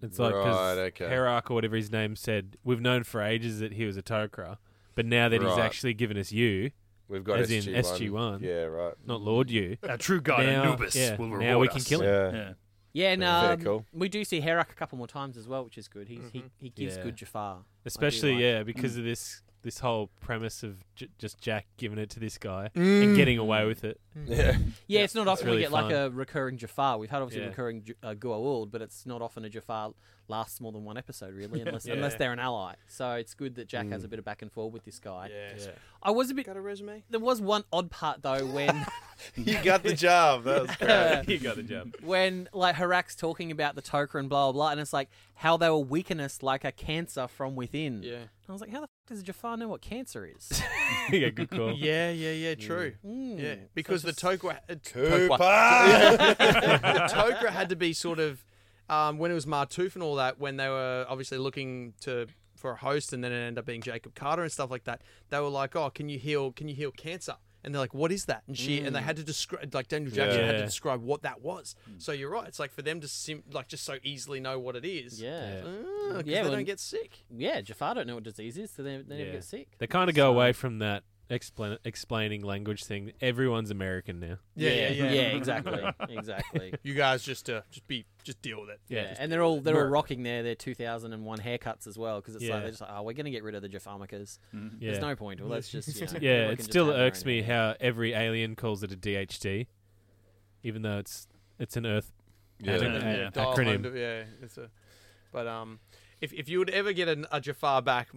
Speaker 3: It's like because
Speaker 4: Right, okay.
Speaker 3: Herark or whatever his name said, we've known for ages that he was a Tokra, but now that he's
Speaker 4: Right.
Speaker 3: actually given us you,
Speaker 4: We've got
Speaker 3: As in
Speaker 4: SG1.
Speaker 3: SG1.
Speaker 4: Yeah, right.
Speaker 3: not Lord you,
Speaker 1: Our true god
Speaker 3: Now-
Speaker 1: Anubis
Speaker 3: yeah,
Speaker 1: will
Speaker 3: now
Speaker 1: reward
Speaker 3: we can
Speaker 1: us.
Speaker 3: kill him.
Speaker 4: Yeah.
Speaker 1: Yeah,
Speaker 2: Yeah, and
Speaker 4: Very
Speaker 2: um,
Speaker 4: cool.
Speaker 2: we do see Herak a couple more times as well, which is good. He's, He he gives
Speaker 3: Yeah.
Speaker 2: good Jafar, I do
Speaker 3: especially
Speaker 2: like
Speaker 3: yeah because of this this whole premise of j- just Jack giving it to this guy
Speaker 4: Mm.
Speaker 3: and getting away with it.
Speaker 4: Yeah.
Speaker 2: Yeah, it's not often
Speaker 3: really
Speaker 2: we get like a recurring Jafar. We've had obviously
Speaker 3: Yeah.
Speaker 2: recurring J- uh, Gua'uld, but it's not often a Jafar lasts more than one episode, really, unless unless they're an ally. So it's good that Jack has a bit of back and forth with this guy.
Speaker 5: Yeah.
Speaker 2: I was a bit.
Speaker 5: Got a resume?
Speaker 2: There was one odd part though when
Speaker 4: You got the job. That was great.
Speaker 3: you got the job.
Speaker 2: when like Harak's talking about the Toker and blah blah blah, and it's like how they were weaken us like a cancer from within.
Speaker 5: Yeah.
Speaker 2: And I was like, how the f- does Jafar know what cancer is?
Speaker 3: yeah, good call.
Speaker 5: Yeah, yeah, yeah, true. Yeah, because the Tokra, uh,
Speaker 4: Cooper!
Speaker 5: Tokwa- the Tokra had to be sort of um, when it was Martoof and all that. When they were obviously looking to for a host, and then it ended up being Jacob Carter and stuff like that. They were like, "Oh, can you heal? Can you heal cancer?" And they're like, "What is that?" And she and they had to describe, like Daniel Jackson had to
Speaker 3: Yeah.
Speaker 5: describe what that was. So you're right. It's like for them to sim- like just so easily know what it is.
Speaker 2: yeah. yeah,
Speaker 5: Ah, 'cause
Speaker 2: Yeah,
Speaker 5: they
Speaker 2: well-
Speaker 5: don't get sick.
Speaker 2: Jafar don't know what disease is, so they, they never
Speaker 3: Yeah.
Speaker 2: get sick.
Speaker 3: They kind of go away from that explan- explaining language thing. Everyone's American now.
Speaker 2: exactly, exactly.
Speaker 5: You guys just uh, just be just deal with it.
Speaker 2: Yeah, and they're all they're all rocking their their 2001 haircuts as well because it's
Speaker 3: Yeah.
Speaker 2: like they're just like, oh, we're gonna get rid of the Jafarmicas.
Speaker 3: yeah.
Speaker 2: There's no point. Well, let's just you know,
Speaker 3: Yeah,
Speaker 2: everyone
Speaker 3: it
Speaker 2: can just
Speaker 3: still
Speaker 2: have their
Speaker 3: irks
Speaker 2: own
Speaker 3: me
Speaker 2: hair.
Speaker 3: how every alien calls it a DHT, even though it's it's an Earth
Speaker 4: Yeah.
Speaker 3: an-
Speaker 1: Yeah.
Speaker 3: a-
Speaker 5: dial
Speaker 3: acronym.
Speaker 5: under- yeah, it's a. But um, if if you would ever get an, a Jafar back,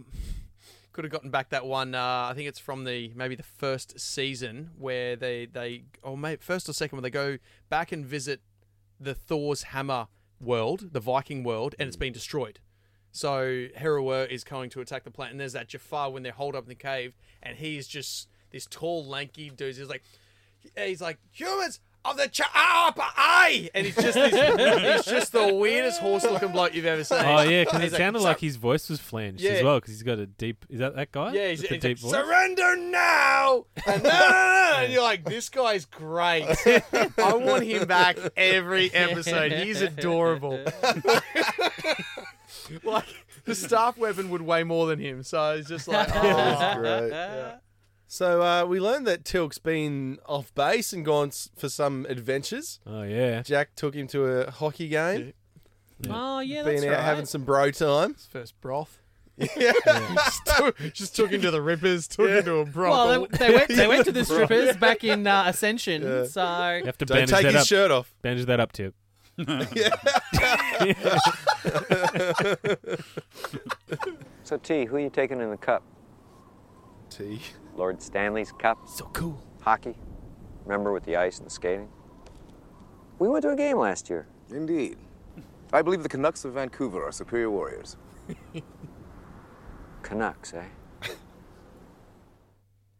Speaker 5: could have gotten back that one. Uh, I think it's from the maybe the first season where they they or maybe first or second when they go back and visit the Thor's hammer world, the Viking world, and it's been destroyed. So Herewur is going to attack the planet, and there's that Jafar when they're holed up in the cave, and he's just this tall, lanky dude. He's like, he's like humans of the Cha'apa and he's just this, he's just the weirdest horse-looking bloke you've ever seen.
Speaker 3: Oh yeah, because
Speaker 5: He's
Speaker 3: it sounded
Speaker 5: "Sur-
Speaker 3: like his voice was flanged
Speaker 5: Yeah.
Speaker 3: as well. Because he's got a deep. Is that that guy?
Speaker 5: yeah, he's,
Speaker 3: With the
Speaker 5: he's
Speaker 3: deep
Speaker 5: like,
Speaker 3: voice.
Speaker 5: surrender now. And, no, no, no, no. And you're like, this guy's great. I want him back every episode. He's adorable. like the staff weapon would weigh more than him, so it's just like, oh.
Speaker 4: Great. So uh, we learned that Tilk's been off base and gone s- for some adventures.
Speaker 3: Oh yeah,
Speaker 4: Jack took him to a hockey game,
Speaker 2: Oh yeah,
Speaker 4: been
Speaker 2: that's
Speaker 4: out
Speaker 2: right.
Speaker 4: having some bro time.
Speaker 5: first broth. just, took, just took him to the rippers, took him to a broth.
Speaker 2: well, they, they went they went to the strippers back in uh, Ascension, so
Speaker 3: you have to
Speaker 4: Don't
Speaker 3: bandage
Speaker 4: take
Speaker 3: that
Speaker 4: his
Speaker 3: up.
Speaker 4: shirt off.
Speaker 3: Bandage that up, too.
Speaker 11: So, T, who are you taking in the cup?
Speaker 4: T.
Speaker 11: Lord Stanley's cup?
Speaker 2: so cool.
Speaker 11: Hockey? Remember with the ice and the skating? We went to a game last year.
Speaker 12: Indeed. I believe the Canucks of Vancouver are superior warriors.
Speaker 11: Canucks, eh?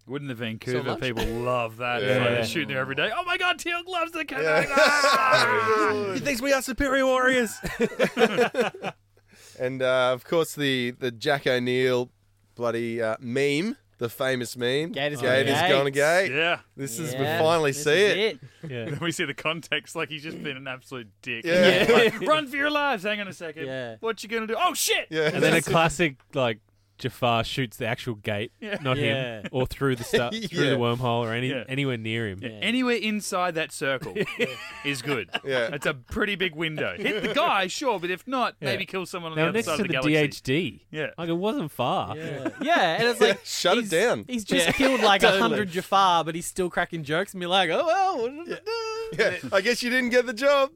Speaker 1: Wouldn't the Vancouver
Speaker 5: lunch?
Speaker 1: people love that?
Speaker 4: Yeah.
Speaker 1: It's like
Speaker 3: Yeah.
Speaker 1: they shoot there every day. Oh my god, Teal loves the Ah! Canucks.
Speaker 3: He thinks we are superior warriors.
Speaker 4: And uh, of course, the, the Jack O'Neill bloody uh, meme, the famous meme.
Speaker 2: Gate is
Speaker 4: gate
Speaker 2: gonna
Speaker 4: is
Speaker 2: gate.
Speaker 4: gonna gate.
Speaker 1: Yeah.
Speaker 4: This is, we
Speaker 2: Yeah,
Speaker 4: finally
Speaker 2: this
Speaker 4: see
Speaker 2: is
Speaker 4: it.
Speaker 3: yeah.
Speaker 1: Then we see the context, like he's just been an absolute dick.
Speaker 4: Yeah.
Speaker 1: Like, Run for your lives. Hang on a second.
Speaker 2: Yeah.
Speaker 1: What you gonna do? Oh shit.
Speaker 4: Yeah.
Speaker 3: And then a classic like Jafar shoots the actual gate,
Speaker 1: Yeah.
Speaker 3: not
Speaker 2: Yeah.
Speaker 3: him, or through the stuff, through
Speaker 4: Yeah.
Speaker 3: the wormhole, or any
Speaker 1: Yeah.
Speaker 3: anywhere near him.
Speaker 1: Anywhere inside that circle is good.
Speaker 4: Yeah.
Speaker 1: It's a pretty big window. Hit the guy, sure, but if not, maybe kill someone on
Speaker 3: Now
Speaker 1: the other
Speaker 3: next
Speaker 1: side
Speaker 3: to
Speaker 1: of
Speaker 3: the,
Speaker 1: the, galaxy.
Speaker 3: DHD.
Speaker 1: Yeah.
Speaker 3: like it wasn't far.
Speaker 2: Yeah, and it's like
Speaker 4: Shut it
Speaker 2: he's-
Speaker 4: down.
Speaker 2: He's just killed like a
Speaker 4: Totally.
Speaker 2: hundred Jafar, but he's still cracking jokes and be like, oh well.
Speaker 4: Yeah, I guess you didn't get the job.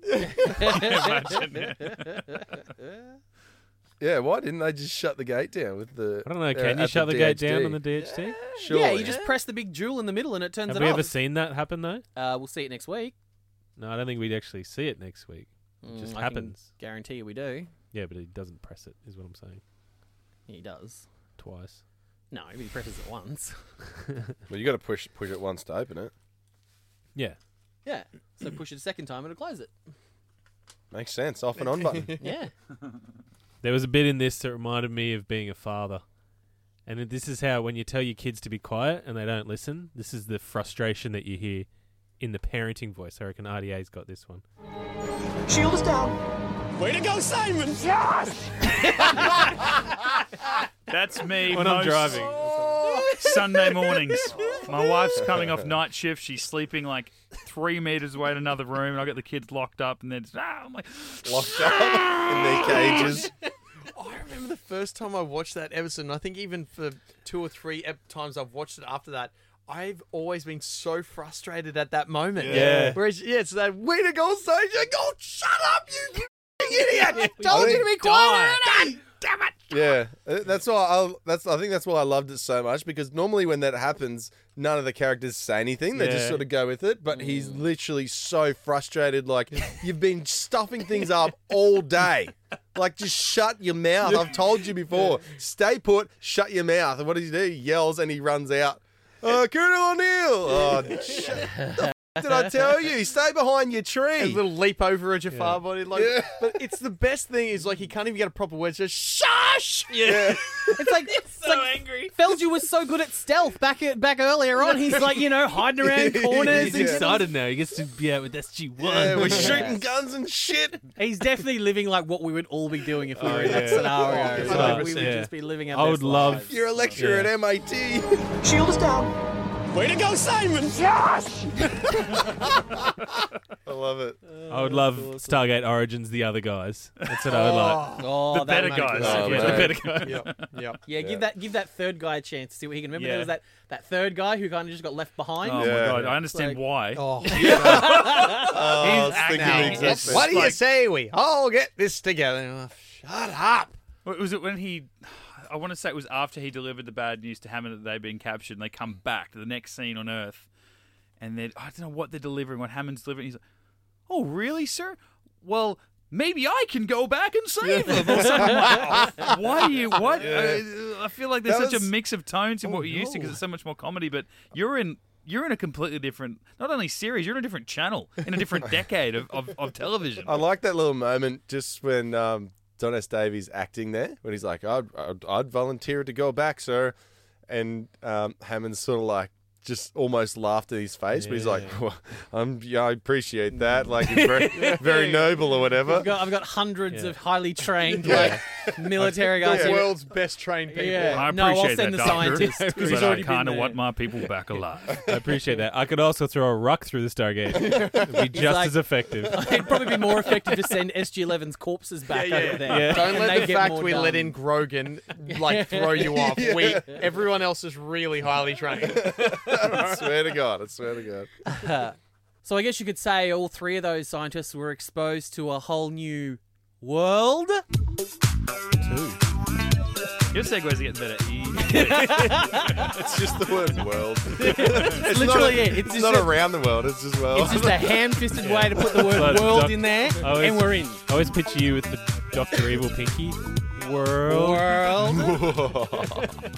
Speaker 1: Imagine.
Speaker 4: yeah, why didn't they just shut the gate down with the?
Speaker 3: I don't know.
Speaker 4: uh,
Speaker 3: Can you
Speaker 4: at
Speaker 3: shut the, gate down
Speaker 4: DHD?
Speaker 3: on the DHT?
Speaker 2: Yeah, you just press the big jewel in the middle and it turns
Speaker 3: Have
Speaker 2: it
Speaker 3: we
Speaker 2: off.
Speaker 3: ever seen that happen though?
Speaker 2: Uh, we'll see it next week.
Speaker 3: No, I don't think we'd actually see it next week. It
Speaker 2: Mm,
Speaker 3: just
Speaker 2: I can
Speaker 3: happens.
Speaker 2: guarantee you we do.
Speaker 3: Yeah, but he doesn't press it. Is what I'm saying.
Speaker 2: He does
Speaker 3: twice.
Speaker 2: No, he presses it once.
Speaker 4: Well, you got to push push it once to open it.
Speaker 3: Yeah,
Speaker 2: yeah. So push it a second time and it'll close it.
Speaker 4: Makes sense. Off and on button.
Speaker 2: Yeah.
Speaker 3: There was a bit in this that reminded me of being a father. And it- this is how, when you tell your kids to be quiet and they don't listen, this is the frustration that you hear in the parenting voice. I reckon RDA's got this one.
Speaker 6: Shield is down. Way to go, Simon! Yes!
Speaker 1: That's me
Speaker 3: When I'm
Speaker 1: most
Speaker 3: driving.
Speaker 2: Oh,
Speaker 1: Sunday mornings. My wife's coming off night shift. She's sleeping like three meters away in another room, and I get the kids locked up, and then it's, ah, I'm like,
Speaker 4: Locked up in their cages.
Speaker 5: I remember the first time I watched that episode, and I think even for two or three ep- times I've watched it after that, I've always been so frustrated at that moment.
Speaker 3: Yeah.
Speaker 5: Whereas, yeah, it's that way to go, Sage. Like, oh, shut up, you idiot! Told
Speaker 4: I
Speaker 5: you to be quiet, Ernie!
Speaker 4: Yeah, Uh, that's why. I, that's I think that's why I loved it so much because normally when that happens, none of the characters say anything. They just
Speaker 3: Yeah.
Speaker 4: sort of go with it. But he's literally so frustrated. Like you've been stuffing things up all day. Like just shut your mouth. I've told you before. Stay put. Shut your mouth. And what does he do? He yells and he runs out. Uh, Colonel O'Neill. Oh, shut the f- did I tell you? Stay behind your tree.
Speaker 5: A little leap over a Jafar body, like. But it's the best thing is like he can't even get a proper word. It's just shush.
Speaker 4: Yeah.
Speaker 2: It's like it's so like angry. Felger was so good at stealth back at, back earlier on. He's like you know hiding around corners.
Speaker 3: He's
Speaker 2: and
Speaker 3: excited now. He gets to be out with SG1.
Speaker 4: Yeah, we're shooting guns and shit.
Speaker 2: He's definitely living like what we would all be doing if we
Speaker 3: Oh,
Speaker 2: were in that
Speaker 3: yeah.
Speaker 2: scenario.
Speaker 3: Oh,
Speaker 2: Like, we would
Speaker 3: 100%.
Speaker 2: just be living our
Speaker 3: I
Speaker 2: best
Speaker 3: would love-
Speaker 2: lives.
Speaker 4: You're a lecturer
Speaker 3: Yeah.
Speaker 4: at MIT.
Speaker 6: Shield is down.
Speaker 5: Way to go, Simon!
Speaker 6: Yes!
Speaker 4: I love it.
Speaker 3: I would love Stargate Origins, the other guys. That's what I would like.
Speaker 2: Oh,
Speaker 1: The
Speaker 2: that
Speaker 1: better
Speaker 2: would make
Speaker 1: guys.
Speaker 2: it-
Speaker 1: Oh, Yeah, the better guys.
Speaker 5: Yep. Yep.
Speaker 2: Yeah, give that give that third guy a chance to see what he can remember. There
Speaker 1: Yeah.
Speaker 2: was that, that third guy who kind of just got left behind.
Speaker 1: Oh my
Speaker 4: Yeah.
Speaker 1: god, I understand why.
Speaker 5: Oh.
Speaker 4: I was
Speaker 1: He's
Speaker 4: thinking the
Speaker 1: acting.
Speaker 4: exact
Speaker 1: It's
Speaker 4: same.
Speaker 5: What do you
Speaker 1: like-
Speaker 5: say? We all get this together. Oh, Shut up.
Speaker 1: What was it when he? I want to say it was after he delivered the bad news to Hammond that they'd been captured. and They come back to the next scene on Earth, and then I don't know what they're delivering. What Hammond's delivering, he's like, "Oh, really, sir? Well." Maybe I can go back and save them. Or something. Like, Why are you? What? I, I feel like there's
Speaker 4: That
Speaker 1: such
Speaker 4: was- Oh,
Speaker 1: a mix of tones in what you're used to
Speaker 4: no.
Speaker 1: because it's so much more comedy. But you're in you're in a completely different, not only series, you're in a different channel, in a different decade of, of, of television.
Speaker 4: I like that little moment just when um, Don S. Davies acting there, when he's like, I'd, I'd, I'd volunteer to go back, sir. And um, Hammond's sort of like, just almost laughed in his face, but he's like, well, I'm, yeah, I appreciate that. Like, it's very, very noble or whatever.
Speaker 2: I've got, I've got hundreds
Speaker 3: Yeah.
Speaker 2: of highly trained
Speaker 4: Yeah.
Speaker 2: like military guys.
Speaker 5: The
Speaker 2: who-
Speaker 5: world's best trained people.
Speaker 2: Yeah.
Speaker 1: I
Speaker 2: No, I'll
Speaker 1: appreciate
Speaker 2: send
Speaker 1: that,
Speaker 2: the
Speaker 1: doctor,
Speaker 2: scientist, 'cause
Speaker 1: but
Speaker 2: he's already
Speaker 1: I
Speaker 2: been
Speaker 1: kind of
Speaker 2: there.
Speaker 1: want my people back alive.
Speaker 3: I appreciate that. I could also throw a ruck through the Stargate. It'd be just
Speaker 2: like-
Speaker 3: as effective.
Speaker 2: It'd probably be more effective to send SG11's corpses back
Speaker 5: Yeah, yeah.
Speaker 2: over there.
Speaker 3: Yeah.
Speaker 5: Don't
Speaker 2: and
Speaker 5: let
Speaker 2: they
Speaker 5: the
Speaker 2: get
Speaker 5: fact
Speaker 2: more
Speaker 5: we let
Speaker 2: done.
Speaker 5: in Grogan like throw you off. We everyone else is really highly trained.
Speaker 4: I swear to God. I swear to God.
Speaker 2: So I guess you could say all three of those scientists were exposed to a whole new world.
Speaker 1: Your segues are getting better. each week.
Speaker 4: It's just the word world.
Speaker 2: It's
Speaker 4: not
Speaker 2: literally
Speaker 4: a-
Speaker 2: it. It's,
Speaker 4: It's,
Speaker 2: just
Speaker 4: not
Speaker 2: a,
Speaker 4: around the world, it's just world.
Speaker 2: it's just a ham-fisted way to put the
Speaker 3: Like,
Speaker 2: word world
Speaker 3: doc-
Speaker 2: in there,
Speaker 3: I always-
Speaker 2: and we're in.
Speaker 3: I always picture you with the Doctor Evil pinky. World.
Speaker 2: World. Et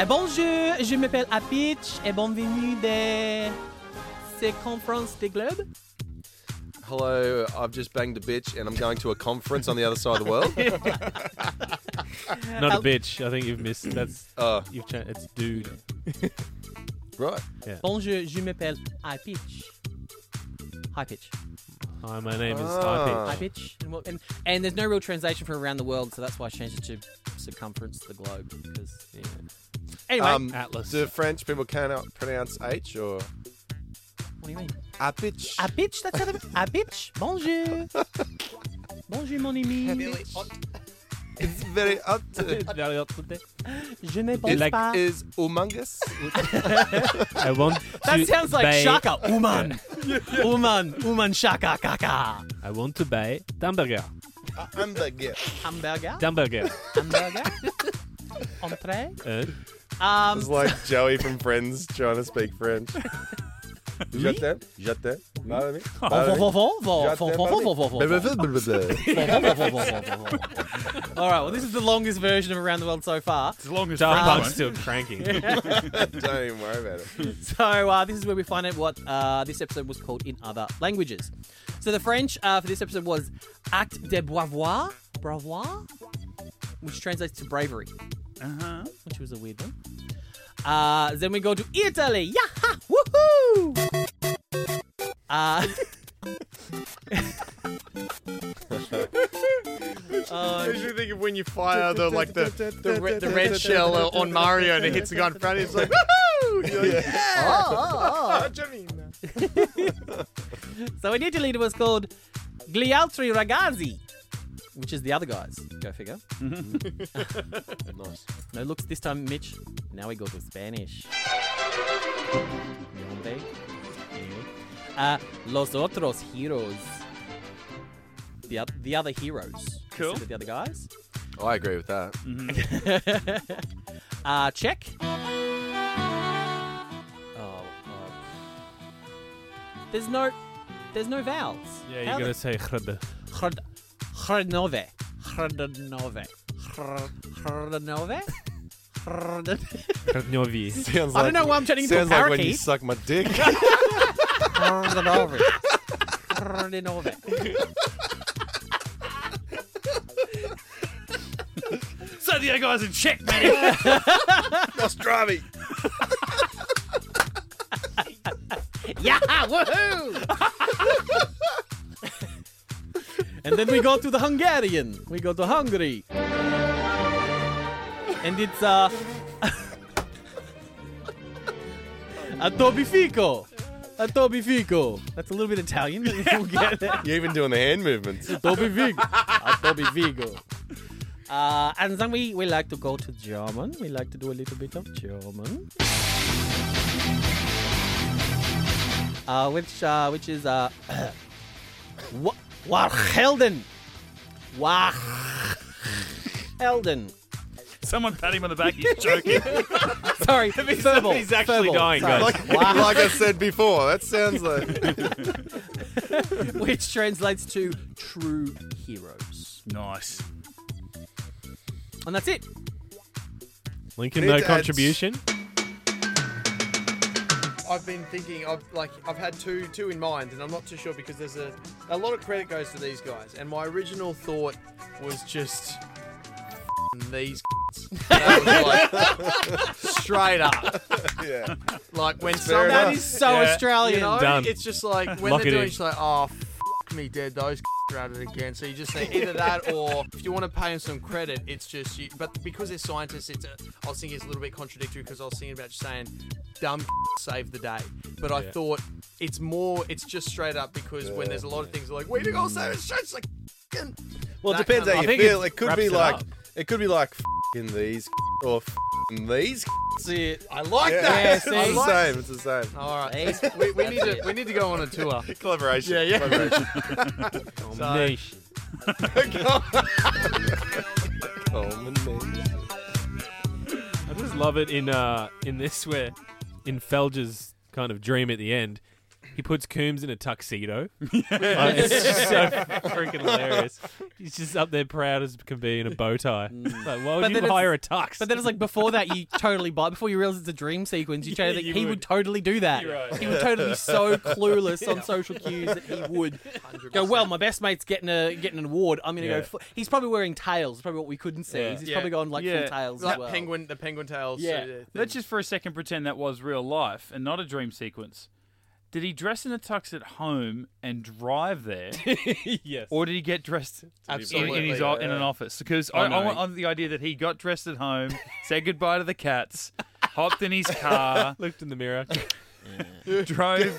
Speaker 2: Eh, bonjour, je m'appelle Apitch et bienvenue des ces conférences des globes.
Speaker 4: Hello, I've just banged a bitch and I'm going to a conference on the other side of the world.
Speaker 3: Not a bitch. I think you've missed. That's
Speaker 2: Uh.
Speaker 4: Oh,
Speaker 3: you've changed. It's dude.
Speaker 4: right.
Speaker 2: Bonjour, je m'appelle Apitch. High pitch.
Speaker 3: Hi, my name is
Speaker 4: Ah.
Speaker 2: High
Speaker 3: High Pitch.
Speaker 2: pitch. And, what- and, and there's no real translation for around the world, so that's why I changed it to circumference of the globe. Because, yeah. Anyway,
Speaker 4: Um,
Speaker 3: Atlas.
Speaker 4: do French people cannot pronounce H or
Speaker 2: what do you mean?
Speaker 4: a bitch?
Speaker 2: A bitch, that's how they. A bitch, bonjour. bonjour, mon ami.
Speaker 4: It's very up to.
Speaker 3: very up to date.
Speaker 2: Je ne
Speaker 4: It
Speaker 2: pense pas.
Speaker 4: is humongous.
Speaker 3: I want
Speaker 2: That
Speaker 3: to
Speaker 2: sounds like
Speaker 3: buy-
Speaker 2: Shaka. Uman. Uman. Uman Shaka Kaka.
Speaker 3: I want to buy hamburger.
Speaker 4: Hamburger.
Speaker 2: Hamburger.
Speaker 3: Hamburger.
Speaker 2: Hamburger. Entree.
Speaker 3: Uh,
Speaker 2: Um,
Speaker 4: It's like Joey from Friends trying to speak French. Je t'aime, je t'aime. Pardon me. Pardon me.
Speaker 2: Vo- vo- vo-
Speaker 4: Je
Speaker 2: vo-
Speaker 4: t'aime,
Speaker 2: vo- vo-
Speaker 4: pardon me.
Speaker 2: vo- vo- vo-
Speaker 4: Blah, blah, blah, blah, blah.
Speaker 2: All right, well, this is the longest version of Around the World so far.
Speaker 1: As long as
Speaker 3: Daft
Speaker 1: French
Speaker 3: Punk's
Speaker 1: one.
Speaker 3: still cranking.
Speaker 4: Don't even worry about it.
Speaker 2: So uh, this is where we find out what uh, this episode was called in other languages. So the French uh, for this episode was acte de bravoire, bravoire, which translates to bravery,
Speaker 1: Uh-huh.
Speaker 2: which was a weird one. Uh, then we go to Italy, yaha, woohoo! Uh,
Speaker 5: I usually think of when you fire the like the the, re- the red shell uh, on Mario and it hits the guy in front of him. It's like "Ah!" woohoo! You're like, "Ah, Gemina."
Speaker 2: so in Italy it was called gli altri ragazzi, which is the other guys. Go figure.
Speaker 12: Nice.
Speaker 2: No looks this time, Mitch. Now we go to Spanish. Yonde. Anyway. Uh, los otros heroes. The, oth- the other heroes.
Speaker 1: Cool.
Speaker 2: Instead of The other guys.
Speaker 4: I agree with that.
Speaker 2: Uh, check. Oh, oh. There's no, there's no vowels.
Speaker 3: yeah,
Speaker 2: How the-
Speaker 3: you're gonna say chrb.
Speaker 2: Hrd- Hrdnove. Hrdnove. Hr- Hrdnove? Hrdnove?
Speaker 3: Chrnovi.
Speaker 4: Sounds
Speaker 2: I don't know why I'm turning into a
Speaker 4: Sounds like when you
Speaker 2: parakeet.
Speaker 4: suck my dick.
Speaker 2: Hrdnove. Hrdnove.
Speaker 1: So the other guys in check, man.
Speaker 4: Nostravi.
Speaker 2: Yeah! Woohoo! and then we go to the Hungarian. We go to Hungary. And it's uh a tobifico. A tobifico. That's a little bit Italian. but we'll get there.
Speaker 4: You're even doing the hand movements.
Speaker 2: Toby Vigo. Toby Vigo. Uh, and then we, we like to go to German. We like to do a little bit of German. Uh, which uh, which is uh, Wa- Wachelden. Wachelden.
Speaker 1: Someone pat him on the back. He's joking.
Speaker 2: Sorry, verbal.
Speaker 3: he's actually
Speaker 2: verbal.
Speaker 3: dying,
Speaker 2: Sorry.
Speaker 3: guys.
Speaker 4: Like, like I said before, that sounds like.
Speaker 2: Which translates to true heroes.
Speaker 1: nice.
Speaker 2: And that's it.
Speaker 3: Lincoln,
Speaker 4: Need
Speaker 3: no
Speaker 4: to add
Speaker 3: contribution.
Speaker 5: I've been thinking I've like I've had two two in mind and I'm not too sure because there's a a lot of credit goes to these guys and my original thought was just "F***ing these That was, like, straight up
Speaker 4: Yeah.
Speaker 5: like when
Speaker 4: Fair
Speaker 5: someone
Speaker 4: enough.
Speaker 2: That is so
Speaker 3: Yeah.
Speaker 2: Australian.
Speaker 5: you know,
Speaker 3: Done.
Speaker 5: It's just like when
Speaker 3: Lock it
Speaker 5: they're
Speaker 3: in.
Speaker 5: doing, it's like, oh, f- me dead. Those are at it again. So you just say either that, or if you want to pay them some credit, it's just you. But because they're scientists, it's. A, I was thinking it's a little bit contradictory because I was thinking about just saying, dumb save the day. But I
Speaker 3: Yeah.
Speaker 5: thought it's more. It's just straight up because when there's a lot of things like, we to go save it. It's like. f***ing-
Speaker 4: Well, it
Speaker 5: that
Speaker 4: depends
Speaker 5: kind
Speaker 4: how
Speaker 5: of-
Speaker 4: you
Speaker 3: think
Speaker 4: feel.
Speaker 3: it
Speaker 4: It could
Speaker 3: wraps
Speaker 4: be
Speaker 3: it
Speaker 4: like.
Speaker 3: up.
Speaker 4: It could be like in these or in these.
Speaker 2: That's it.
Speaker 5: I like
Speaker 4: Yeah.
Speaker 5: that.
Speaker 4: it's
Speaker 2: see?
Speaker 5: I
Speaker 4: the
Speaker 5: like-
Speaker 4: same. It's the same. Oh,
Speaker 5: All right,
Speaker 2: Hey,
Speaker 5: let's- we, we need
Speaker 2: that's
Speaker 5: to we need to go on a tour.
Speaker 4: Collaboration.
Speaker 5: Yeah, yeah.
Speaker 4: Collaboration.
Speaker 3: Combination.
Speaker 4: Combination.
Speaker 3: I just love it in uh in this where in Felger's kind of dream at the end, he puts Coombs in a tuxedo. Uh, it's just so freaking hilarious. He's just up there proud as can be in a bow tie. Like, why would
Speaker 2: Mm. But then
Speaker 3: you
Speaker 2: it's-
Speaker 3: hire a tux?
Speaker 2: But then it's like before that, you totally buy. Before you realize it's a dream sequence, you try to think
Speaker 3: you
Speaker 2: he would.
Speaker 3: would.
Speaker 2: totally do that.
Speaker 3: You're right.
Speaker 2: He would totally be so clueless on social cues that he would go. Well, my best mate's getting a getting an award. I'm gonna
Speaker 3: Yeah.
Speaker 2: go. Fu-. He's probably wearing tails. Probably what we couldn't see.
Speaker 3: Yeah.
Speaker 2: He's
Speaker 5: Yeah.
Speaker 2: probably going like
Speaker 1: Yeah.
Speaker 2: full tails
Speaker 5: That
Speaker 2: as well.
Speaker 5: penguin, the penguin tails.
Speaker 2: Yeah.
Speaker 5: uh, thing.
Speaker 1: Let's just for a second pretend that was real life and not a dream sequence. Did he dress in a tux at home and drive there,
Speaker 3: yes.
Speaker 1: or did he get dressed in,
Speaker 5: Absolutely.
Speaker 1: in his o in an office? Because I, I want on the idea that he got dressed at home, said goodbye to the cats, hopped in his car,
Speaker 3: Looked in the mirror.
Speaker 1: drove,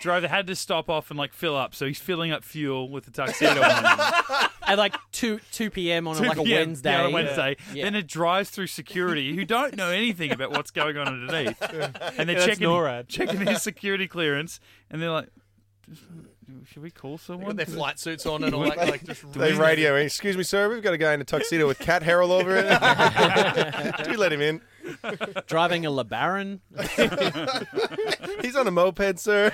Speaker 1: drove, had to stop off and like fill up. So he's filling up fuel with the tuxedo on.
Speaker 2: And like two two p.m. on a
Speaker 1: 2
Speaker 2: like a
Speaker 1: p.m.
Speaker 2: Wednesday.
Speaker 1: Yeah, on a Wednesday.
Speaker 2: Yeah.
Speaker 1: Then it drives through security who don't know anything about what's going on underneath. And they're
Speaker 3: Yeah, that's
Speaker 1: checking,
Speaker 3: NORAD.
Speaker 1: checking his security clearance. And they're like, should we call someone?
Speaker 5: their flight suits on and all that, like, just
Speaker 4: They radio in. Excuse me, sir. We've got a guy in a tuxedo with Cat Harrell over it. Do let him in.
Speaker 2: Driving a LeBaron.
Speaker 4: He's on a moped, sir.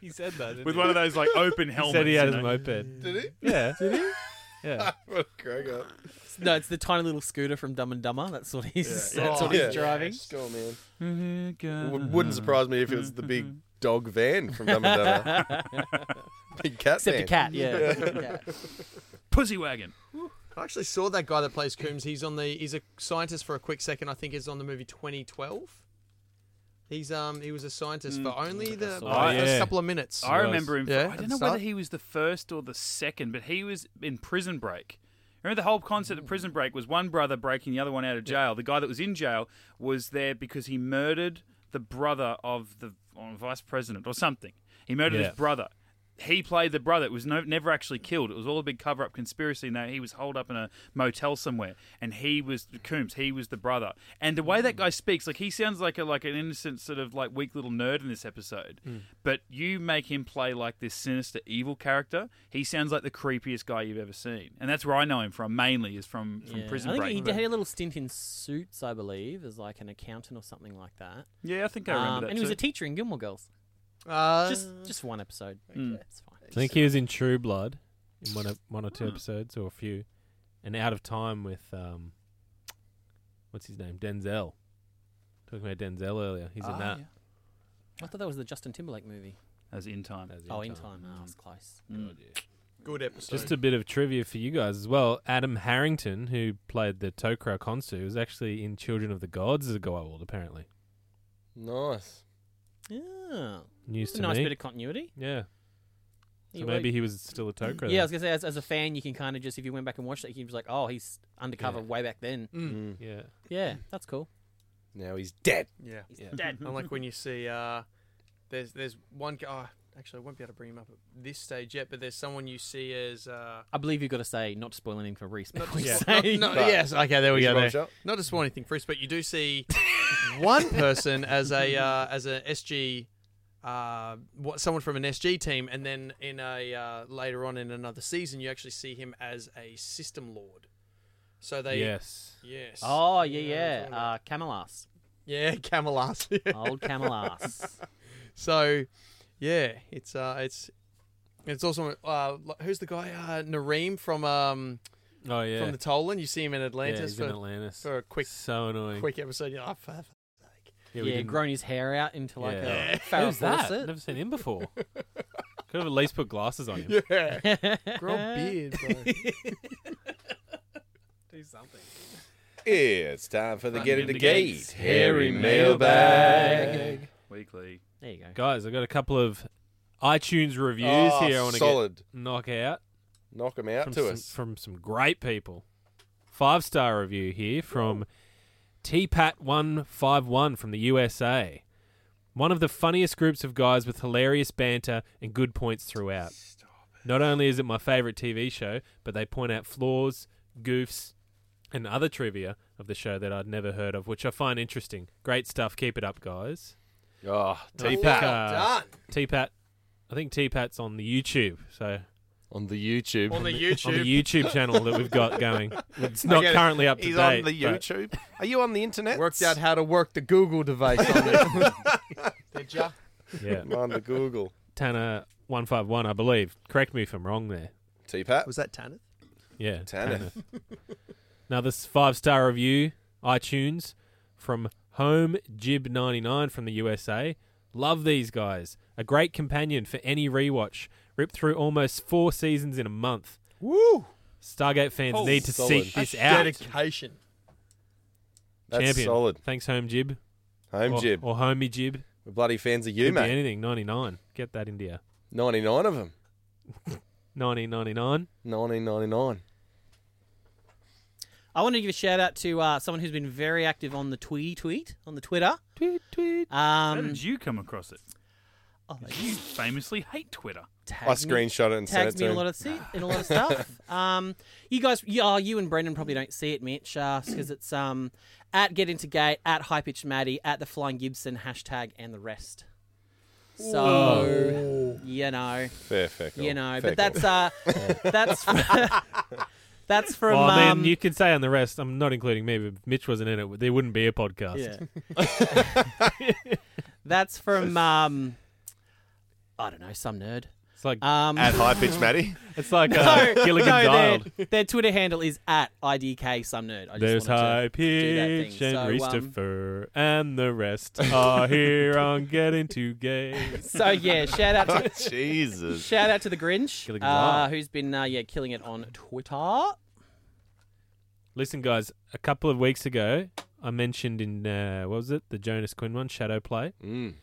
Speaker 3: he said that
Speaker 1: With one of those like open helmets.
Speaker 3: He said he had
Speaker 1: you
Speaker 3: his
Speaker 1: know?
Speaker 3: moped.
Speaker 4: Did he?
Speaker 3: Yeah. Did he? Yeah.
Speaker 4: What a crack up.
Speaker 2: No, it's the tiny little scooter from Dumb and Dumber. That's what he's. That's what
Speaker 4: Yeah.
Speaker 2: he's driving.
Speaker 4: Just go, man.
Speaker 1: Mhm, go.
Speaker 4: W- wouldn't surprise me if it was the big dog van from Dumb and Dumber. big cat
Speaker 2: Except
Speaker 4: van.
Speaker 2: a cat. Yeah.
Speaker 1: Pussy wagon.
Speaker 5: I actually saw that guy that plays Coombs. He's on the. He's a scientist for a quick second. I think is on the movie 2012. He's um. He was a scientist
Speaker 2: Mm.
Speaker 5: for only the
Speaker 1: saw that.
Speaker 5: first
Speaker 1: Yeah.
Speaker 5: couple of minutes.
Speaker 1: I remember him.
Speaker 5: Yeah,
Speaker 1: I
Speaker 5: at the
Speaker 1: don't know
Speaker 5: start.
Speaker 1: whether he was the first or the second, but he was in Prison Break. Remember the whole concept of Prison Break was one brother breaking the other one out of jail. The guy that was in jail was there because he murdered the brother of the uh, vice president or something. He murdered
Speaker 3: Yeah.
Speaker 1: his brother. He played the brother. It was no, never actually killed. It was all a big cover-up conspiracy. Now he was holed up in a motel somewhere, and he was Coombs. He was the brother. And the way that guy speaks, like he sounds like a like an innocent sort of like weak little nerd in this episode.
Speaker 2: Hmm.
Speaker 1: But you make him play like this sinister evil character. He sounds like the creepiest guy you've ever seen, and that's where I know him from. Mainly is from from
Speaker 2: Yeah.
Speaker 1: Prison
Speaker 2: I think
Speaker 1: Break.
Speaker 2: he did- had a little stint in Suits, I believe, as like an accountant or something like that.
Speaker 1: Yeah, I think I remember
Speaker 2: Um,
Speaker 1: that
Speaker 2: And he was
Speaker 1: too.
Speaker 2: a teacher in Gilmore Girls.
Speaker 5: Uh,
Speaker 2: just just one episode.
Speaker 1: Hmm.
Speaker 2: That's fine.
Speaker 3: I think he was in True Blood in one, of, one or two episodes or a few, and Out of Time with um, what's his name, Denzel. Talking about Denzel earlier,
Speaker 2: Ah,
Speaker 3: he's in that.
Speaker 2: I thought that was the Justin Timberlake movie.
Speaker 1: As in time. Hmm.
Speaker 3: As
Speaker 2: Oh, in time. Oh,
Speaker 3: Hmm.
Speaker 2: that's close.
Speaker 3: Mm.
Speaker 5: Good episode.
Speaker 3: Just a bit of trivia for you guys as well. Adam Harrington, who played the Tokra Konsu, was actually in Children of the Gods as a Goa'uld, apparently.
Speaker 4: Nice.
Speaker 2: Yeah.
Speaker 3: News
Speaker 2: It's a
Speaker 3: to
Speaker 2: nice
Speaker 3: me.
Speaker 2: bit of continuity.
Speaker 3: Yeah. So
Speaker 2: You were-
Speaker 3: maybe he was still a Tokra.
Speaker 2: Yeah, I was gonna say, as, as a fan, you can kind of just if you went back and watched it, you can be like, oh, he's undercover way back then.
Speaker 4: Mm.
Speaker 3: Yeah.
Speaker 2: Yeah, that's cool.
Speaker 4: Now he's dead.
Speaker 5: Yeah.
Speaker 2: Yeah. dead.
Speaker 5: And like when you see, uh, there's there's one guy. actually, I won't be able to bring him up at this stage yet. But there's someone you see as. Uh,
Speaker 2: I believe you've got to say not to spoil anything for Reese.
Speaker 5: not
Speaker 2: before
Speaker 5: to
Speaker 2: you
Speaker 5: spo-
Speaker 2: say-
Speaker 5: not- not- yes. Okay. There we
Speaker 4: Is
Speaker 5: go.
Speaker 4: Rob
Speaker 5: There.
Speaker 4: Sharp?
Speaker 5: Not to spoil anything for us, but you do see one person as a uh, as a SG. Uh, what someone from an SG team, and then in a uh, later on in another season, you actually see him as a system lord. So they
Speaker 3: Yes.
Speaker 5: yes
Speaker 2: Oh yeah,
Speaker 5: Yeah,
Speaker 2: yeah.
Speaker 5: it's all
Speaker 2: Uh, Camelas,
Speaker 5: yeah Camelas
Speaker 2: old Camelas.
Speaker 5: So, yeah, it's uh, it's it's also uh, li- who's the guy uh, Nareem from um
Speaker 3: Oh yeah.
Speaker 5: from the Tolan? You see him in
Speaker 3: yeah,
Speaker 5: Atlantis
Speaker 3: he's
Speaker 5: for
Speaker 3: in Atlantis.
Speaker 5: for a quick
Speaker 3: so annoying.
Speaker 5: quick episode. You're like, "Oh, for f-
Speaker 3: Yeah, we
Speaker 2: yeah,
Speaker 3: didn't-
Speaker 2: grown his hair out into like
Speaker 3: Yeah.
Speaker 2: a Farrah
Speaker 3: Who's that?
Speaker 2: Fawcett.
Speaker 3: Never seen him before. Could have at least put glasses on him.
Speaker 5: yeah, grow a beard, bro. Do something.
Speaker 4: It's time for the Get
Speaker 1: in
Speaker 4: in the
Speaker 1: the
Speaker 4: Gate.
Speaker 1: Gates.
Speaker 4: Hairy mailbag.
Speaker 1: Weekly.
Speaker 2: There you go.
Speaker 3: Guys, I've got a couple of iTunes reviews
Speaker 4: Oh,
Speaker 3: here I want to get
Speaker 4: solid.
Speaker 3: knock out
Speaker 4: Knock him out
Speaker 3: from
Speaker 4: to
Speaker 3: some,
Speaker 4: us.
Speaker 3: from some great people. Five star review here from TPAT151 from the USA. One of the funniest groups of guys with hilarious banter and good points throughout. Not only is it my favorite TV show, but they point out flaws, goofs, and other trivia of the show that I'd never heard of, which I find interesting. Great stuff. Keep it up, guys. I
Speaker 4: Oh,
Speaker 3: think,
Speaker 4: T-Pat
Speaker 3: uh, T-Pat. I think T-Pat's on the YouTube, so
Speaker 4: on the YouTube.
Speaker 5: On the
Speaker 3: on
Speaker 5: YouTube,
Speaker 3: the YouTube channel that we've got going. It's not
Speaker 4: Okay,
Speaker 3: currently up to
Speaker 4: He's
Speaker 3: date.
Speaker 4: on the
Speaker 3: but
Speaker 4: YouTube. Are you on the internet?
Speaker 5: worked out how to work the Google device on it. Did ya?
Speaker 3: Yeah,
Speaker 4: I'm on the Google.
Speaker 3: Tanner one five one, I believe. Correct me if I'm wrong there.
Speaker 4: T-Pat.
Speaker 5: Was that Tanith?
Speaker 3: Yeah,
Speaker 4: Tanner.
Speaker 3: Now this five star review, iTunes, from Home Jib ninety nine from the USA. Love these guys. A great companion for any rewatch. Ripped through almost four seasons in a month.
Speaker 5: Woo!
Speaker 3: Stargate fans
Speaker 1: Oh,
Speaker 3: need to
Speaker 4: solid.
Speaker 3: seek this out.
Speaker 5: Dedication.
Speaker 4: That's
Speaker 3: Champion.
Speaker 4: solid.
Speaker 3: Thanks, Home Jib.
Speaker 4: Home
Speaker 3: or,
Speaker 4: jib.
Speaker 3: Or Homie Jib.
Speaker 4: We're bloody fans of you,
Speaker 3: Could be
Speaker 4: mate.
Speaker 3: anything. 99. Get that into you.
Speaker 4: 99 of them.
Speaker 3: 1999.
Speaker 4: 1999.
Speaker 2: I want to give a shout out to uh, someone who's been very active on the Twee tweet on the Twitter. Tweet tweet.
Speaker 1: How
Speaker 2: Um,
Speaker 1: did you come across it?
Speaker 2: oh,
Speaker 1: You famously hate Twitter.
Speaker 4: I screenshot it and sent
Speaker 2: tags me
Speaker 4: it to
Speaker 2: in a
Speaker 4: him.
Speaker 2: lot of see, in a lot of stuff. um, you guys, you, oh, you and Brendan probably don't see it, Mitch, because it's um at get into gate at high pitch Maddie at the flying Gibson hashtag and the rest. So you know,
Speaker 4: Fair feckle.
Speaker 2: you know,
Speaker 4: Feckle.
Speaker 2: but that's uh, that's that's from
Speaker 3: well,
Speaker 2: um,
Speaker 3: then you can say on the rest. I'm not including me, but if Mitch wasn't in it. There wouldn't be a podcast.
Speaker 2: Yeah. That's from um, I don't know, some nerd.
Speaker 3: It's like
Speaker 2: um,
Speaker 3: At High Pitch Matty? It's like, uh, Gilligan's Island.
Speaker 2: Their, their Twitter handle is at idk some nerd. I just
Speaker 3: There's
Speaker 2: wanted to
Speaker 3: high
Speaker 2: do that thing.
Speaker 3: pitch and
Speaker 2: So, um,
Speaker 3: Christopher and the rest are here on Getting to Gay.
Speaker 2: so yeah, shout out to
Speaker 3: Jesus.
Speaker 2: Shout out to the Grinch,
Speaker 3: Gilligan's
Speaker 2: uh,
Speaker 3: Island.
Speaker 2: who's been uh, yeah killing it on Twitter.
Speaker 3: Listen, guys, a couple of weeks ago, I mentioned in, uh, what was it? The Jonas Quinn one, Shadow Play, mm.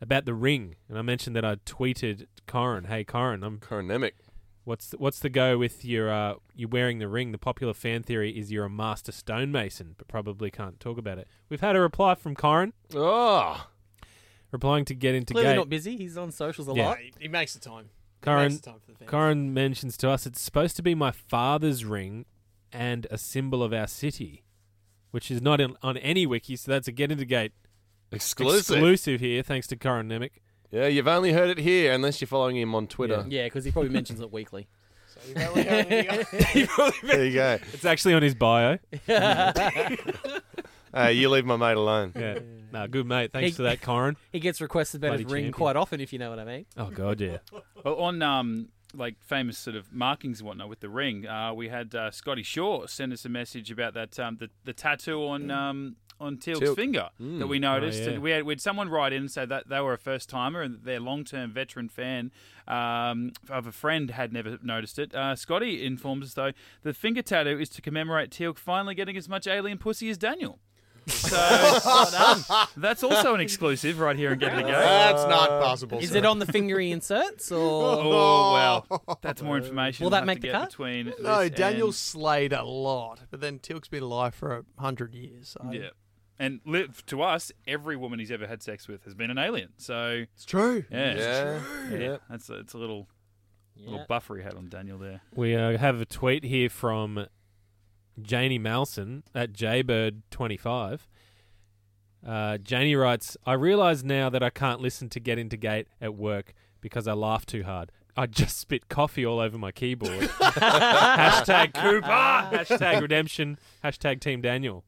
Speaker 3: about The Ring. And I mentioned that I tweeted Corin, hey, Corin, I'm.
Speaker 4: Coronemic.
Speaker 3: What's the, what's the go with your uh, you wearing the ring? The popular fan theory is you're a master stonemason, but probably can't talk about it. We've had a reply from Corin.
Speaker 4: Oh,
Speaker 3: replying to get into
Speaker 2: Clearly
Speaker 3: gate.
Speaker 2: not busy. He's on socials a
Speaker 3: Yeah.
Speaker 2: lot.
Speaker 5: He, he makes the time. he makes
Speaker 3: Karen,
Speaker 5: the time for the fans.
Speaker 3: Karen mentions to us it's supposed to be my father's ring and a symbol of our city, which is not in, on any wiki, so that's a get into gate
Speaker 4: Exclusive.
Speaker 3: exclusive here, thanks to Karen Nemec.
Speaker 4: Yeah, you've only heard it here unless you're following him on Twitter.
Speaker 2: Yeah, because he probably mentions it weekly.
Speaker 4: There you go.
Speaker 3: It's actually on his bio.
Speaker 4: Hey, you leave my mate alone.
Speaker 3: Yeah. No, good mate. Thanks
Speaker 2: He-
Speaker 3: for that, Corin.
Speaker 2: He gets requested about his
Speaker 3: Bloody
Speaker 2: ring
Speaker 3: champion.
Speaker 2: quite often, if you know what I mean.
Speaker 3: Oh god, yeah.
Speaker 1: Well, on um, like famous sort of markings and whatnot with the ring, uh, we had uh, Scotty Shaw send us a message about that um, the the tattoo on um, on Teal's
Speaker 4: Teal'c.
Speaker 1: finger
Speaker 4: Mm.
Speaker 1: that we noticed,
Speaker 4: Oh, yeah.
Speaker 1: and we had we had someone write in and say that they were a first timer and their long term veteran fan um, of a friend had never noticed it. Uh, Scotty informs us though the finger tattoo is to commemorate Teal'c finally getting as much alien pussy as Daniel. So that's also an exclusive right here in Get It a Go.
Speaker 5: That's not possible,
Speaker 2: Is it on the fingery inserts or?
Speaker 1: Oh well, that's more information.
Speaker 2: Will
Speaker 1: we'll
Speaker 2: that
Speaker 1: have to
Speaker 2: make the
Speaker 1: get
Speaker 2: cut?
Speaker 1: Between this
Speaker 5: No,
Speaker 1: and-
Speaker 5: Daniel slayed a lot, but then Tilk's been alive for a hundred years. So.
Speaker 1: yeah, and live to us. Every woman he's ever had sex with has been an alien. So it's
Speaker 5: true.
Speaker 1: Yeah,
Speaker 5: It's Yeah. true.
Speaker 1: Yeah,
Speaker 5: Yeah.
Speaker 1: that's a, it's a little
Speaker 2: Yeah.
Speaker 1: little buffer he had on Daniel there.
Speaker 3: We uh, have a tweet here from Janie Malson at Jaybird25. Uh, Janie writes, I realise now that I can't listen to Get Into Gate at work because I laugh too hard. I just spit coffee all over my keyboard. hashtag Cooper.
Speaker 4: Ah.
Speaker 3: hashtag Redemption. Hashtag Team Daniel.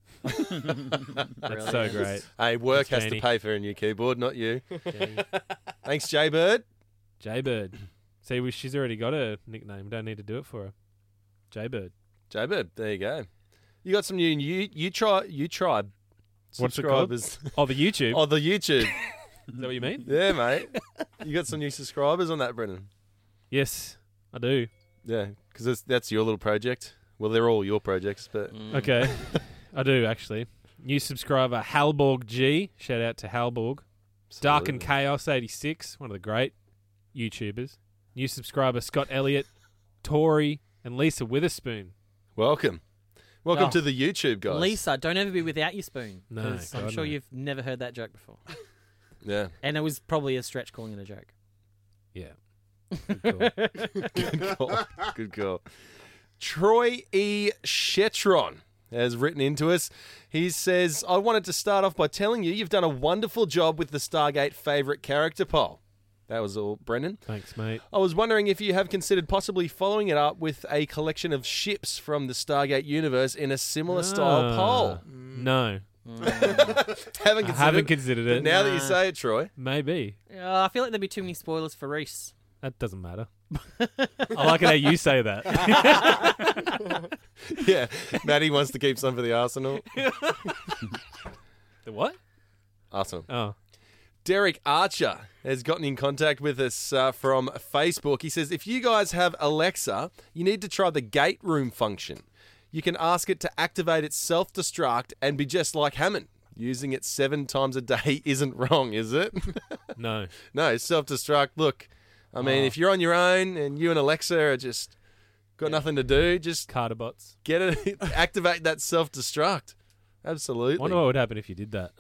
Speaker 3: That's so
Speaker 4: Brilliant.
Speaker 3: great.
Speaker 4: Hey, work
Speaker 3: That's
Speaker 4: has
Speaker 3: Janie.
Speaker 4: to pay for a new keyboard, not you.
Speaker 3: Janie.
Speaker 4: Thanks, Jaybird.
Speaker 3: Jaybird. See, we, she's already got a nickname. Don't need to do it for her. Jaybird.
Speaker 4: Jaybird, there you go. You got some new you you try you tribe.
Speaker 3: What's it called?
Speaker 4: subscribers.
Speaker 3: Oh, the YouTube.
Speaker 4: Oh, the YouTube. Is
Speaker 3: that what you mean?
Speaker 4: Yeah, mate. You got some new subscribers on that, Brennan.
Speaker 3: Yes, I do.
Speaker 4: Yeah, because that's your little project. Well, they're all your projects, but
Speaker 3: Okay, I do actually. New subscriber Halborg G. Shout out to Halborg. Dark and Chaos eighty six, one of the great YouTubers. New subscriber Scott Elliott, Tori, and Lisa Witherspoon.
Speaker 4: Welcome, welcome
Speaker 2: Oh.
Speaker 4: to the YouTube guys.
Speaker 2: Lisa, don't ever be without your spoon.
Speaker 3: No,
Speaker 2: 'cause I'm
Speaker 3: God,
Speaker 2: sure
Speaker 3: no.
Speaker 2: you've never heard that joke before.
Speaker 4: Yeah.
Speaker 2: And it was probably a stretch calling it a joke.
Speaker 3: Yeah.
Speaker 4: Good call. Good call. Troy E. Shetron has written into us. He says, I wanted to start off by telling you you've done a wonderful job with the Stargate favourite character poll. That was all, Brendan.
Speaker 3: Thanks, mate.
Speaker 4: I was wondering if you have considered possibly following it up with a collection of ships from the Stargate universe in a similar style
Speaker 3: Ah,
Speaker 4: poll.
Speaker 3: No.
Speaker 4: haven't
Speaker 3: I
Speaker 4: considered
Speaker 3: haven't
Speaker 4: it,
Speaker 3: considered
Speaker 4: but
Speaker 3: it.
Speaker 4: Now that you
Speaker 2: Nah.
Speaker 4: say it, Troy.
Speaker 3: Maybe.
Speaker 2: Uh, I feel like there'd be too many spoilers for Reese.
Speaker 3: That doesn't matter. I like it how you say that.
Speaker 4: Yeah. Maddie wants to keep some for the Arsenal.
Speaker 3: the what?
Speaker 4: Awesome.
Speaker 3: Oh.
Speaker 4: Derek Archer has gotten in contact with us uh, from Facebook. He says, If you guys have Alexa, you need to try the gate room function. You can ask it to activate its self destruct and be just like Hammond. Using it seven times a day isn't wrong, is it?
Speaker 3: No.
Speaker 4: no, self destruct. Look, I mean,
Speaker 3: Oh.
Speaker 4: if you're on your own and you and Alexa are just got nothing to do, just
Speaker 3: Cardabots.
Speaker 4: get it, activate that self destruct. Absolutely.
Speaker 3: Wonder what would happen if you did that.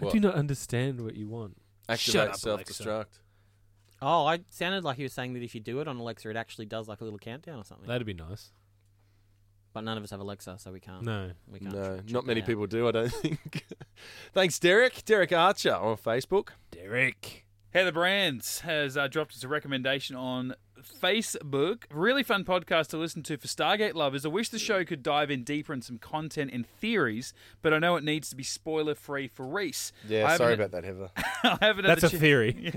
Speaker 3: I
Speaker 4: What?
Speaker 3: do not understand what you want.
Speaker 4: Activate
Speaker 3: Shut up,
Speaker 4: self destruct.
Speaker 3: Alexa.
Speaker 2: Oh, I sounded like you were saying that if you do it on Alexa, it actually does like a little countdown or something.
Speaker 3: That'd be nice.
Speaker 2: But none of us have Alexa, so we can't.
Speaker 3: No.
Speaker 2: we can't.
Speaker 4: no,
Speaker 2: check
Speaker 4: not
Speaker 2: that
Speaker 4: many
Speaker 2: out.
Speaker 4: people do, I don't think. Thanks, Derek. Derek Archer on Facebook.
Speaker 1: Derek. Heather Brands has uh, dropped us a recommendation on Facebook. Really fun podcast to listen to for Stargate lovers. I wish the show could dive in deeper in some content and theories, but I know it needs to be spoiler free for Reese. I
Speaker 4: Yeah,
Speaker 1: haven't-
Speaker 4: sorry about that, Heather.
Speaker 1: I haven't had
Speaker 3: That's
Speaker 1: the
Speaker 3: a theory.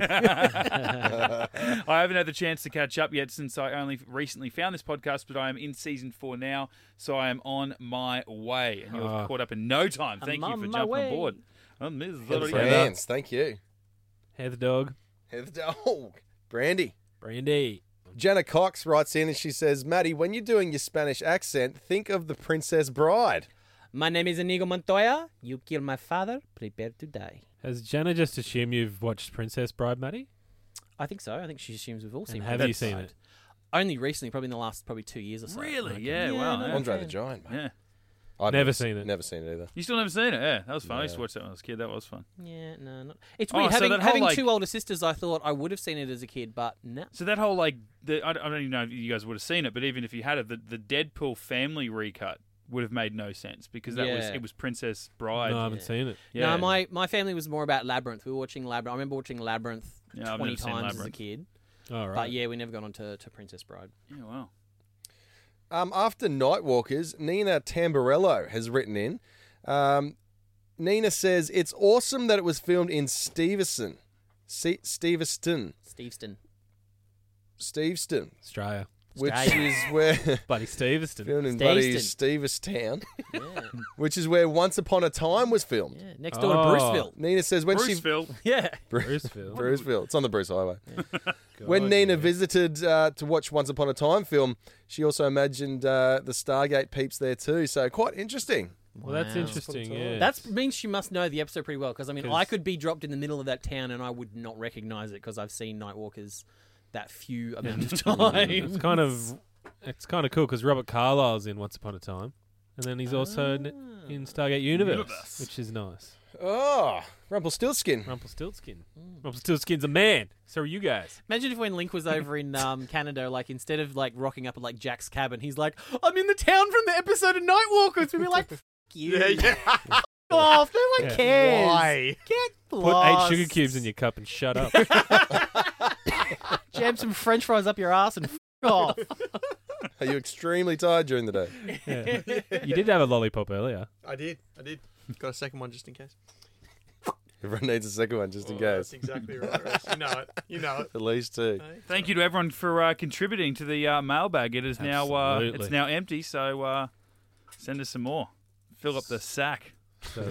Speaker 1: Yeah. I haven't had the chance to catch up yet since I only recently found this podcast, but I am in season four now, so I am on my way. And you're
Speaker 3: Ah.
Speaker 1: caught up in no time.
Speaker 2: I'm
Speaker 1: Thank you
Speaker 2: on
Speaker 1: for
Speaker 2: my
Speaker 1: jumping
Speaker 2: way.
Speaker 1: on board. Oh, I'm
Speaker 4: Heather
Speaker 1: miserable.
Speaker 4: Brands, thank you.
Speaker 3: Heather dog.
Speaker 4: Heather Dog. Brandy.
Speaker 3: Brandy.
Speaker 4: Jana Cox writes in and she says, Maddie, when you're doing your Spanish accent, think of the Princess Bride.
Speaker 2: My name is Inigo Montoya. You kill my father, prepare to die.
Speaker 3: Has Jana just assumed you've watched Princess Bride, Matty?
Speaker 2: I think so. I think she assumes we've all seen.
Speaker 3: And have
Speaker 2: Princess
Speaker 3: you seen
Speaker 2: Bride.
Speaker 3: it?
Speaker 2: Only recently, probably in the last probably two years or so.
Speaker 1: Really?
Speaker 2: Okay.
Speaker 1: Yeah, wow. yeah.
Speaker 4: Andre the Giant, mate.
Speaker 1: Yeah.
Speaker 4: I've
Speaker 3: Never seen it.
Speaker 4: Never seen it either.
Speaker 1: You still never seen it? Yeah, that was fun. I used to watch that when I was a kid. That was fun.
Speaker 2: Yeah, no, not. It's
Speaker 1: Oh,
Speaker 2: weird
Speaker 1: so
Speaker 2: having,
Speaker 1: that whole,
Speaker 2: having
Speaker 1: like-
Speaker 2: two older sisters. I thought I would have seen it as a kid, but no.
Speaker 1: So that whole like, the, I don't I don't even know if you guys would have seen it, but even if you had it, the, the Deadpool family recut would have made no sense because that was
Speaker 2: Yeah.
Speaker 1: it was Princess Bride.
Speaker 3: No, I haven't seen it.
Speaker 1: Yeah.
Speaker 2: No, my, my family was more about Labyrinth. We were watching Labyrinth. I remember watching Labyrinth
Speaker 1: Yeah, I've
Speaker 2: 20
Speaker 1: never seen
Speaker 2: times as a
Speaker 1: Labyrinth.
Speaker 2: kid.
Speaker 3: All right.
Speaker 2: But yeah, we never got on to, to Princess Bride.
Speaker 1: Yeah, wow.
Speaker 4: Um, after Nightwalkers, Nina Tamburello has written in. Um, Nina says, It's awesome that it was filmed in Stevenson. Se- Steveston.
Speaker 2: Steveston.
Speaker 4: Steveston.
Speaker 3: Australia.
Speaker 4: Which
Speaker 2: Australia.
Speaker 4: is where.
Speaker 3: Buddy Steveston.
Speaker 4: filmed in bloody
Speaker 2: Steveston.
Speaker 4: Stevestown,
Speaker 2: Yeah.
Speaker 4: which is where Once Upon a Time was filmed.
Speaker 2: yeah. Next door
Speaker 3: Oh.
Speaker 2: to Bruceville.
Speaker 4: Nina says, When she.
Speaker 1: Bruceville.
Speaker 2: Yeah.
Speaker 3: Bruceville.
Speaker 4: Bruceville. It's on the Bruce Highway.
Speaker 3: God,
Speaker 4: when Nina
Speaker 3: yeah.
Speaker 4: visited uh, to watch Once Upon a Time film, she also imagined uh, the Stargate peeps there too. So quite interesting.
Speaker 3: Well, that's
Speaker 2: Wow.
Speaker 3: interesting. Yeah.
Speaker 2: That means she must know the episode pretty well because I mean,
Speaker 3: 'Cause-
Speaker 2: I could be dropped in the middle of that town and I would not recognize it because I've seen Nightwalkers that few amount of time.
Speaker 3: it's kind of it's kind of cool because Robert Carlyle's in Once Upon a Time, and then he's also in, in Stargate Universe,
Speaker 1: Universe.
Speaker 3: which is nice.
Speaker 4: Oh, Rumpelstiltskin.
Speaker 3: Rumpelstiltskin. Rumpelstiltskin's a man. So are you guys.
Speaker 2: Imagine if when Link was over in um, Canada, like instead of like rocking up at like Jack's cabin, he's like, "I'm in the town from the episode of Nightwalkers." We'd be like, "F you, F off, no one
Speaker 3: Yeah.
Speaker 2: cares." Get
Speaker 3: Put
Speaker 2: lost.
Speaker 3: eight sugar cubes in your cup and shut up.
Speaker 2: Jam some French fries up your ass and f off.
Speaker 4: Are you extremely tired during the day?
Speaker 3: Yeah. You did have a lollipop earlier.
Speaker 5: I did. I did. Got a second one just in case.
Speaker 4: Everyone needs a second one just in case.
Speaker 5: That's exactly right. Russ. You know it. You know it.
Speaker 4: At least two.
Speaker 1: Thank you to everyone for uh, contributing to the uh, mailbag. It is now uh,
Speaker 3: Absolutely.
Speaker 1: it's now empty, so uh, send us some more. Fill up the sack.
Speaker 3: So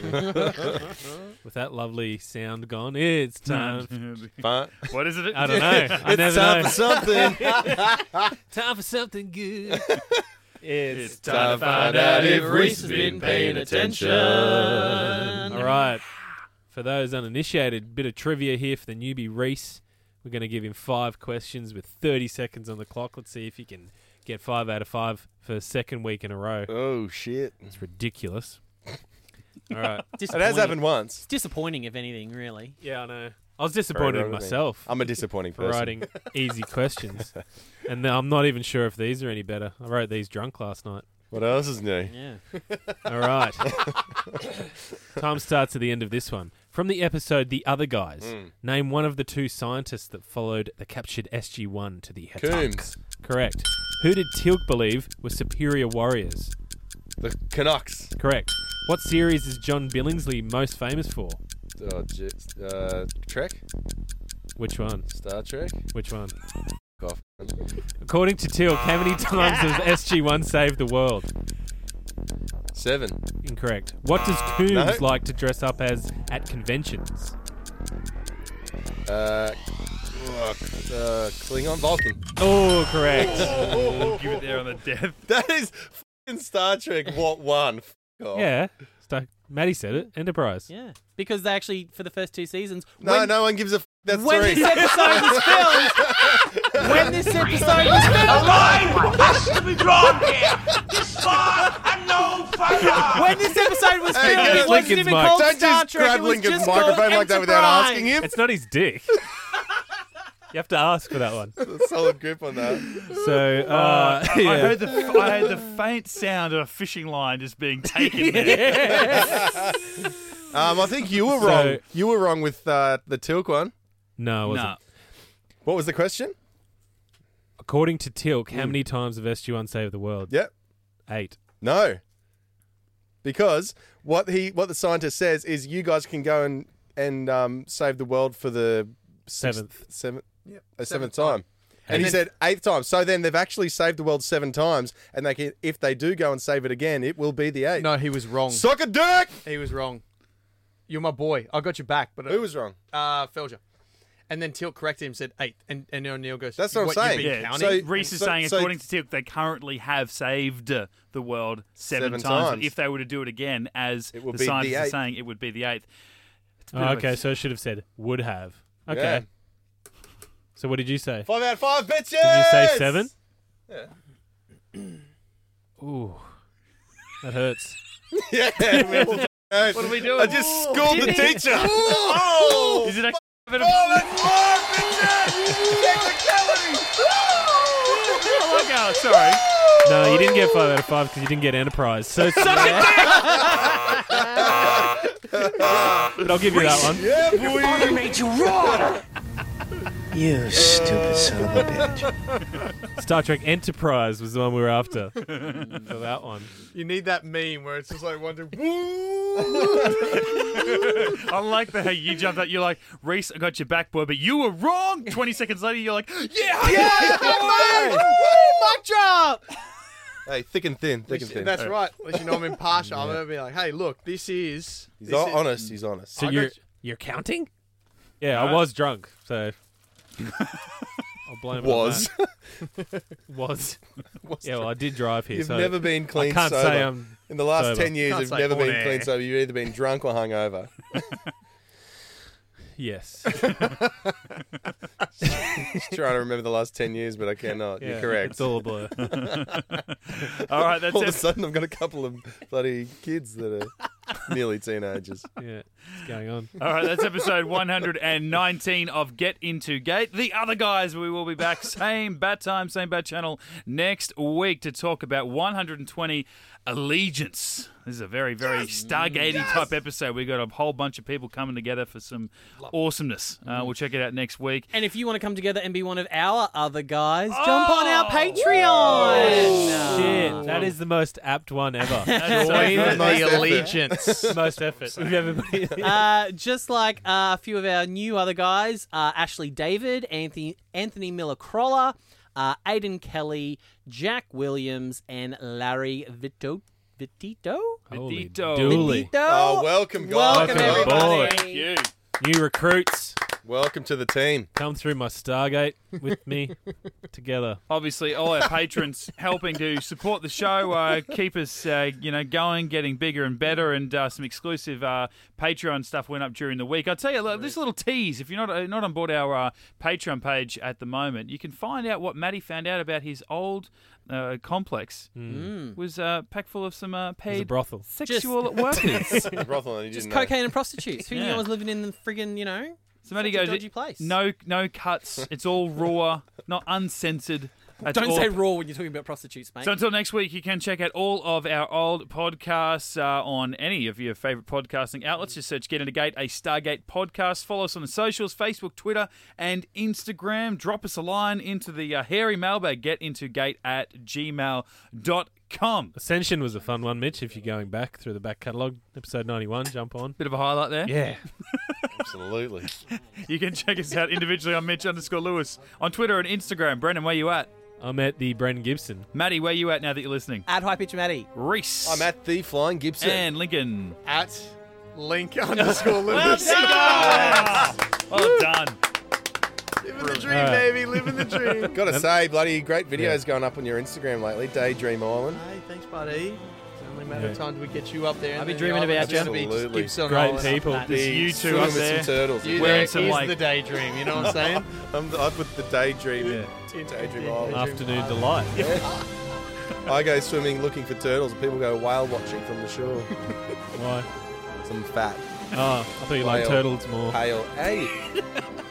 Speaker 3: with that lovely sound gone, it's time.
Speaker 4: Fun.
Speaker 1: what is it?
Speaker 3: I don't know. I
Speaker 4: It's
Speaker 3: never
Speaker 4: time
Speaker 3: know.
Speaker 4: for something.
Speaker 3: time for something good. it's
Speaker 4: time to find out if Reese has been paying
Speaker 3: attention. All right. For those uninitiated, bit of trivia here for the newbie Reese. We're going to give him five questions with 30 seconds on the clock. Let's see if he can get five out of five for the second week in a row.
Speaker 4: oh shit!
Speaker 3: It's ridiculous. All right.
Speaker 4: It has happened once.
Speaker 2: It's disappointing, if anything, really.
Speaker 3: Yeah, I know. I was disappointed in
Speaker 4: Very wrong of me.
Speaker 3: myself.
Speaker 4: I'm a disappointing
Speaker 3: for
Speaker 4: person.
Speaker 3: writing easy questions. And then I'm not even sure if these are any better. I wrote these drunk last night.
Speaker 4: What else is new?
Speaker 2: Yeah.
Speaker 3: All right. Time starts at the end of this one. From the episode The Other Guys,
Speaker 4: Hmm.
Speaker 3: name one of the two scientists that followed the captured SG 1 to the
Speaker 4: Coombs.
Speaker 3: Hittites. Correct. Who did Tilk believe were superior warriors?
Speaker 4: The Canucks.
Speaker 3: Correct. What series is John Billingsley most famous for?
Speaker 4: Oh, j- uh, Trek.
Speaker 3: Which one?
Speaker 4: Star Trek.
Speaker 3: Which one?
Speaker 4: Fuck off.
Speaker 3: According to Tilk, how many times does SG 1 save the world?
Speaker 4: Seven.
Speaker 3: Incorrect. What does Coombs
Speaker 4: Ah, No.
Speaker 3: like to dress up as at conventions?
Speaker 4: Uh, uh, Klingon Vulcan.
Speaker 3: Oh, correct.
Speaker 1: Give it there on the death.
Speaker 4: That is fucking Star Trek. What one? F- off.
Speaker 3: yeah. Stuck. Maddie said it. Enterprise.
Speaker 2: Yeah. Because they actually, for the first two seasons,
Speaker 4: No,
Speaker 2: when,
Speaker 4: no one gives a. F- that's
Speaker 2: when
Speaker 4: three.
Speaker 2: this episode was filmed, when this episode was filmed, when this episode was
Speaker 4: Hey,
Speaker 2: filmed,
Speaker 4: get
Speaker 2: it wasn't
Speaker 3: Lincoln's
Speaker 2: even
Speaker 3: mic.
Speaker 2: called
Speaker 4: Don't
Speaker 2: Star
Speaker 4: just
Speaker 2: Trek.
Speaker 4: grab
Speaker 2: It was
Speaker 4: Lincoln's
Speaker 2: just
Speaker 4: microphone
Speaker 2: called
Speaker 4: like that without
Speaker 2: Enterprise.
Speaker 4: asking him.
Speaker 3: It's not his dick. You have to ask for that one.
Speaker 4: Solid grip on that.
Speaker 3: So, uh,
Speaker 4: Oh,
Speaker 1: Uh, I, I
Speaker 3: yeah.
Speaker 1: heard the f- I heard the faint sound of a fishing line just being taken there.
Speaker 4: Um, I think you were
Speaker 3: So-
Speaker 4: wrong. You were wrong with uh, the Tilk one.
Speaker 3: No, I wasn't.
Speaker 4: No. What was the question?
Speaker 3: According to Tilk, how
Speaker 4: Mm.
Speaker 3: many times have SG1 saved the world?
Speaker 4: Yep.
Speaker 3: Eight.
Speaker 4: No. Because what he what the scientist says is you guys can go and and um, save the world for the sixth-
Speaker 3: Seventh.
Speaker 4: seventh
Speaker 5: Yep.
Speaker 4: a
Speaker 5: Seventh
Speaker 4: seventh, time.
Speaker 5: time.
Speaker 4: And,
Speaker 5: And
Speaker 4: he
Speaker 5: then-
Speaker 4: said eighth time. So then they've actually saved the world seven times, and they can, if they do go and save it again, it will be the eighth.
Speaker 5: No, he was wrong.
Speaker 4: Suck a dick.
Speaker 5: He was wrong. You're my boy. I got your back. But
Speaker 4: Who was wrong?
Speaker 5: Uh, Felger. And then Tilt corrected him, said eighth, and and O'Neill goes.
Speaker 4: That's what I'm saying.
Speaker 5: You've been
Speaker 1: Yeah,
Speaker 5: counting?
Speaker 1: so Reese is saying, according to Tilk, they currently have saved uh, the world seven,
Speaker 4: Seven
Speaker 1: times.
Speaker 4: times.
Speaker 1: If they were to do it again, as the
Speaker 4: will be the
Speaker 1: scientists are
Speaker 4: eighth.
Speaker 1: saying, it would be the eighth. It's pretty
Speaker 3: Oh,
Speaker 1: much-
Speaker 3: okay, so I should have said would have. Okay.
Speaker 4: Yeah.
Speaker 3: So what did you say?
Speaker 4: Five out of five bitches.
Speaker 3: Did you say seven?
Speaker 4: Yeah.
Speaker 3: Ooh, that hurts.
Speaker 4: yeah.
Speaker 1: What are we doing?
Speaker 4: I just schooled the
Speaker 1: Did he?
Speaker 4: teacher.
Speaker 1: Oh! Is it actually?
Speaker 4: Oh, that's five bitches.
Speaker 1: Oh my God, sorry.
Speaker 3: No, you didn't get five out of five because you didn't get Enterprise. So suck it. But I'll give you that one.
Speaker 4: Yeah, boy.
Speaker 6: Honor made you wrong. you stupid son of a bitch.
Speaker 3: Star Trek Enterprise was the one we were after. For that one.
Speaker 5: You need that meme where it's just like wondering.
Speaker 1: I like the how you jumped up. You're like, Reese, I got your back, boy, but you were wrong. 20 seconds later, you're like, yeah, yeah, boy!
Speaker 5: Mic drop.
Speaker 4: Hey, thick and thin, thick and thin.
Speaker 5: That's right. At least you know I'm impartial. I'm gonna be like, hey, look, this is.
Speaker 4: He's
Speaker 5: this
Speaker 4: hon-
Speaker 5: is-
Speaker 4: honest. He's honest.
Speaker 3: So
Speaker 5: I
Speaker 3: you're
Speaker 5: got-
Speaker 3: you're counting? Yeah, I
Speaker 1: No.
Speaker 3: was drunk, so I'll blame it on
Speaker 4: was.
Speaker 3: that. was yeah. Well, I did drive here.
Speaker 4: You've
Speaker 3: so
Speaker 4: never been clean
Speaker 3: I can't
Speaker 4: sober.
Speaker 3: say I'm
Speaker 4: In the last
Speaker 3: sober.
Speaker 4: ten years,
Speaker 5: Can't
Speaker 4: you've
Speaker 5: say
Speaker 4: never been
Speaker 5: on
Speaker 4: clean
Speaker 5: air.
Speaker 4: sober. You've either been drunk or hungover.
Speaker 3: Yes.
Speaker 4: Just trying to remember the last ten years, but I cannot.
Speaker 3: Yeah,
Speaker 4: You're correct.
Speaker 3: It's all a blur.
Speaker 1: All right, that's
Speaker 4: all of a
Speaker 1: it.
Speaker 4: sudden, I've got a couple of bloody kids that are nearly teenagers.
Speaker 3: Yeah, what's going on?
Speaker 1: All right, that's episode 119 of Get Into Gate. The other guys, we will be back same bat time, same bat channel next week to talk about 120 Allegiance. This is a very, very Stargatey type episode. We got a whole bunch of people coming together for some awesomeness. Uh, we'll check it out next week.
Speaker 2: And if you want to come together and be one of our other guys, jump on
Speaker 3: Oh.
Speaker 2: our Patreon.
Speaker 4: Oh,
Speaker 3: Shit, that is the most apt one ever. That's
Speaker 5: Join
Speaker 4: Most effort.
Speaker 5: the allegiance.
Speaker 3: most effort we've ever made.
Speaker 2: Uh, just like uh, a few of our new other guys, uh, Ashley David, Anthony Anthony Miller Crawler, uh, Aiden Kelly, Jack Williams, and Larry Vito Vitito.
Speaker 3: Holy
Speaker 1: Dito.
Speaker 3: dooly.
Speaker 4: Oh, welcome, guys.
Speaker 2: Welcome,
Speaker 3: Welcome aboard.
Speaker 2: everybody.
Speaker 3: Thank New recruits,
Speaker 4: Welcome to the team.
Speaker 3: come through my Stargate with me together.
Speaker 1: Obviously, all our patrons helping to support the show, uh, keep us, uh, you know, going, getting bigger and better, and uh, some exclusive uh, Patreon stuff went up during the week. I tell you, look, this little tease. If you're not uh, not on board our uh, Patreon page at the moment, you can find out what Matty found out about his old uh, complex
Speaker 2: Hmm.
Speaker 1: was uh, packed full of some uh,
Speaker 3: It's a
Speaker 1: paid
Speaker 3: brothel.
Speaker 1: sexual workers.
Speaker 4: The brothel, and you
Speaker 2: Just
Speaker 4: didn't know.
Speaker 2: cocaine and prostitutes. Who knew
Speaker 1: Yeah.
Speaker 2: I was living in the friggin', you know?
Speaker 1: So Matty
Speaker 2: Such a
Speaker 1: goes,
Speaker 2: dodgy place.
Speaker 1: no, no cuts. It's all raw, not uncensored. It's
Speaker 2: Don't
Speaker 1: all
Speaker 2: say raw when you're talking about prostitutes, mate.
Speaker 1: So until next week, you can check out all of our old podcasts uh, on any of your favourite podcasting outlets. Just search Get Into Gate, a Stargate podcast. Follow us on the socials, Facebook, Twitter, and Instagram. Drop us a line into the uh, hairy mailbag, getintogate at gmail.com.
Speaker 3: Ascension was a fun one, Mitch. If you're going back through the back catalogue, episode 91, jump on.
Speaker 1: Bit of a highlight there.
Speaker 3: Yeah.
Speaker 4: Absolutely.
Speaker 1: You can check us out individually on Mitch underscore Lewis. On Twitter and Instagram, Brendan, where you at?
Speaker 3: I'm at the Brendan Gibson.
Speaker 1: Maddie, where you at now that you're listening?
Speaker 2: Ad high pitch, Matty.
Speaker 1: Reese.
Speaker 4: I'm at the Flying Gibson.
Speaker 1: And Lincoln.
Speaker 5: At link underscore
Speaker 1: Well
Speaker 5: Lewis.
Speaker 1: done! Well done.
Speaker 5: Living the dream,
Speaker 3: Alright.
Speaker 5: baby. Living the dream.
Speaker 4: Gotta say, bloody great videos going up on your Instagram lately. Daydream Island.
Speaker 5: Hey, thanks, buddy. It's only a matter
Speaker 3: Yeah.
Speaker 5: of time till we get you up there.
Speaker 2: I've
Speaker 5: and
Speaker 2: been
Speaker 5: then
Speaker 2: dreaming
Speaker 5: the
Speaker 2: about
Speaker 5: island's
Speaker 2: you.
Speaker 5: gonna be just
Speaker 4: Absolutely.
Speaker 5: Gibson
Speaker 3: Great
Speaker 5: Island.
Speaker 3: people.
Speaker 2: that.
Speaker 1: There's
Speaker 4: The
Speaker 1: you two
Speaker 4: swim
Speaker 1: up
Speaker 4: with
Speaker 1: there.
Speaker 4: some turtles.
Speaker 5: You
Speaker 1: Wearing
Speaker 5: there
Speaker 1: some,
Speaker 5: is
Speaker 1: like-
Speaker 5: the daydream. You know what I'm saying?
Speaker 4: I'm, I put the daydream
Speaker 3: Yeah.
Speaker 4: in daydream island.
Speaker 3: Afternoon delight.
Speaker 4: I go swimming looking for turtles, and people go whale watching from the shore.
Speaker 3: Why?
Speaker 4: Some fat,
Speaker 3: Oh, I thought you liked
Speaker 4: Whale.
Speaker 3: turtles more.
Speaker 4: pale. Hey,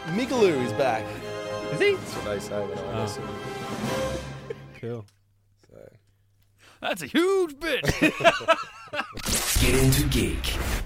Speaker 4: Migaloo is back.
Speaker 1: Is he? Oh.
Speaker 4: That's what they say when I listen.
Speaker 3: Cool.
Speaker 1: That's a huge bit.
Speaker 13: Get into geek.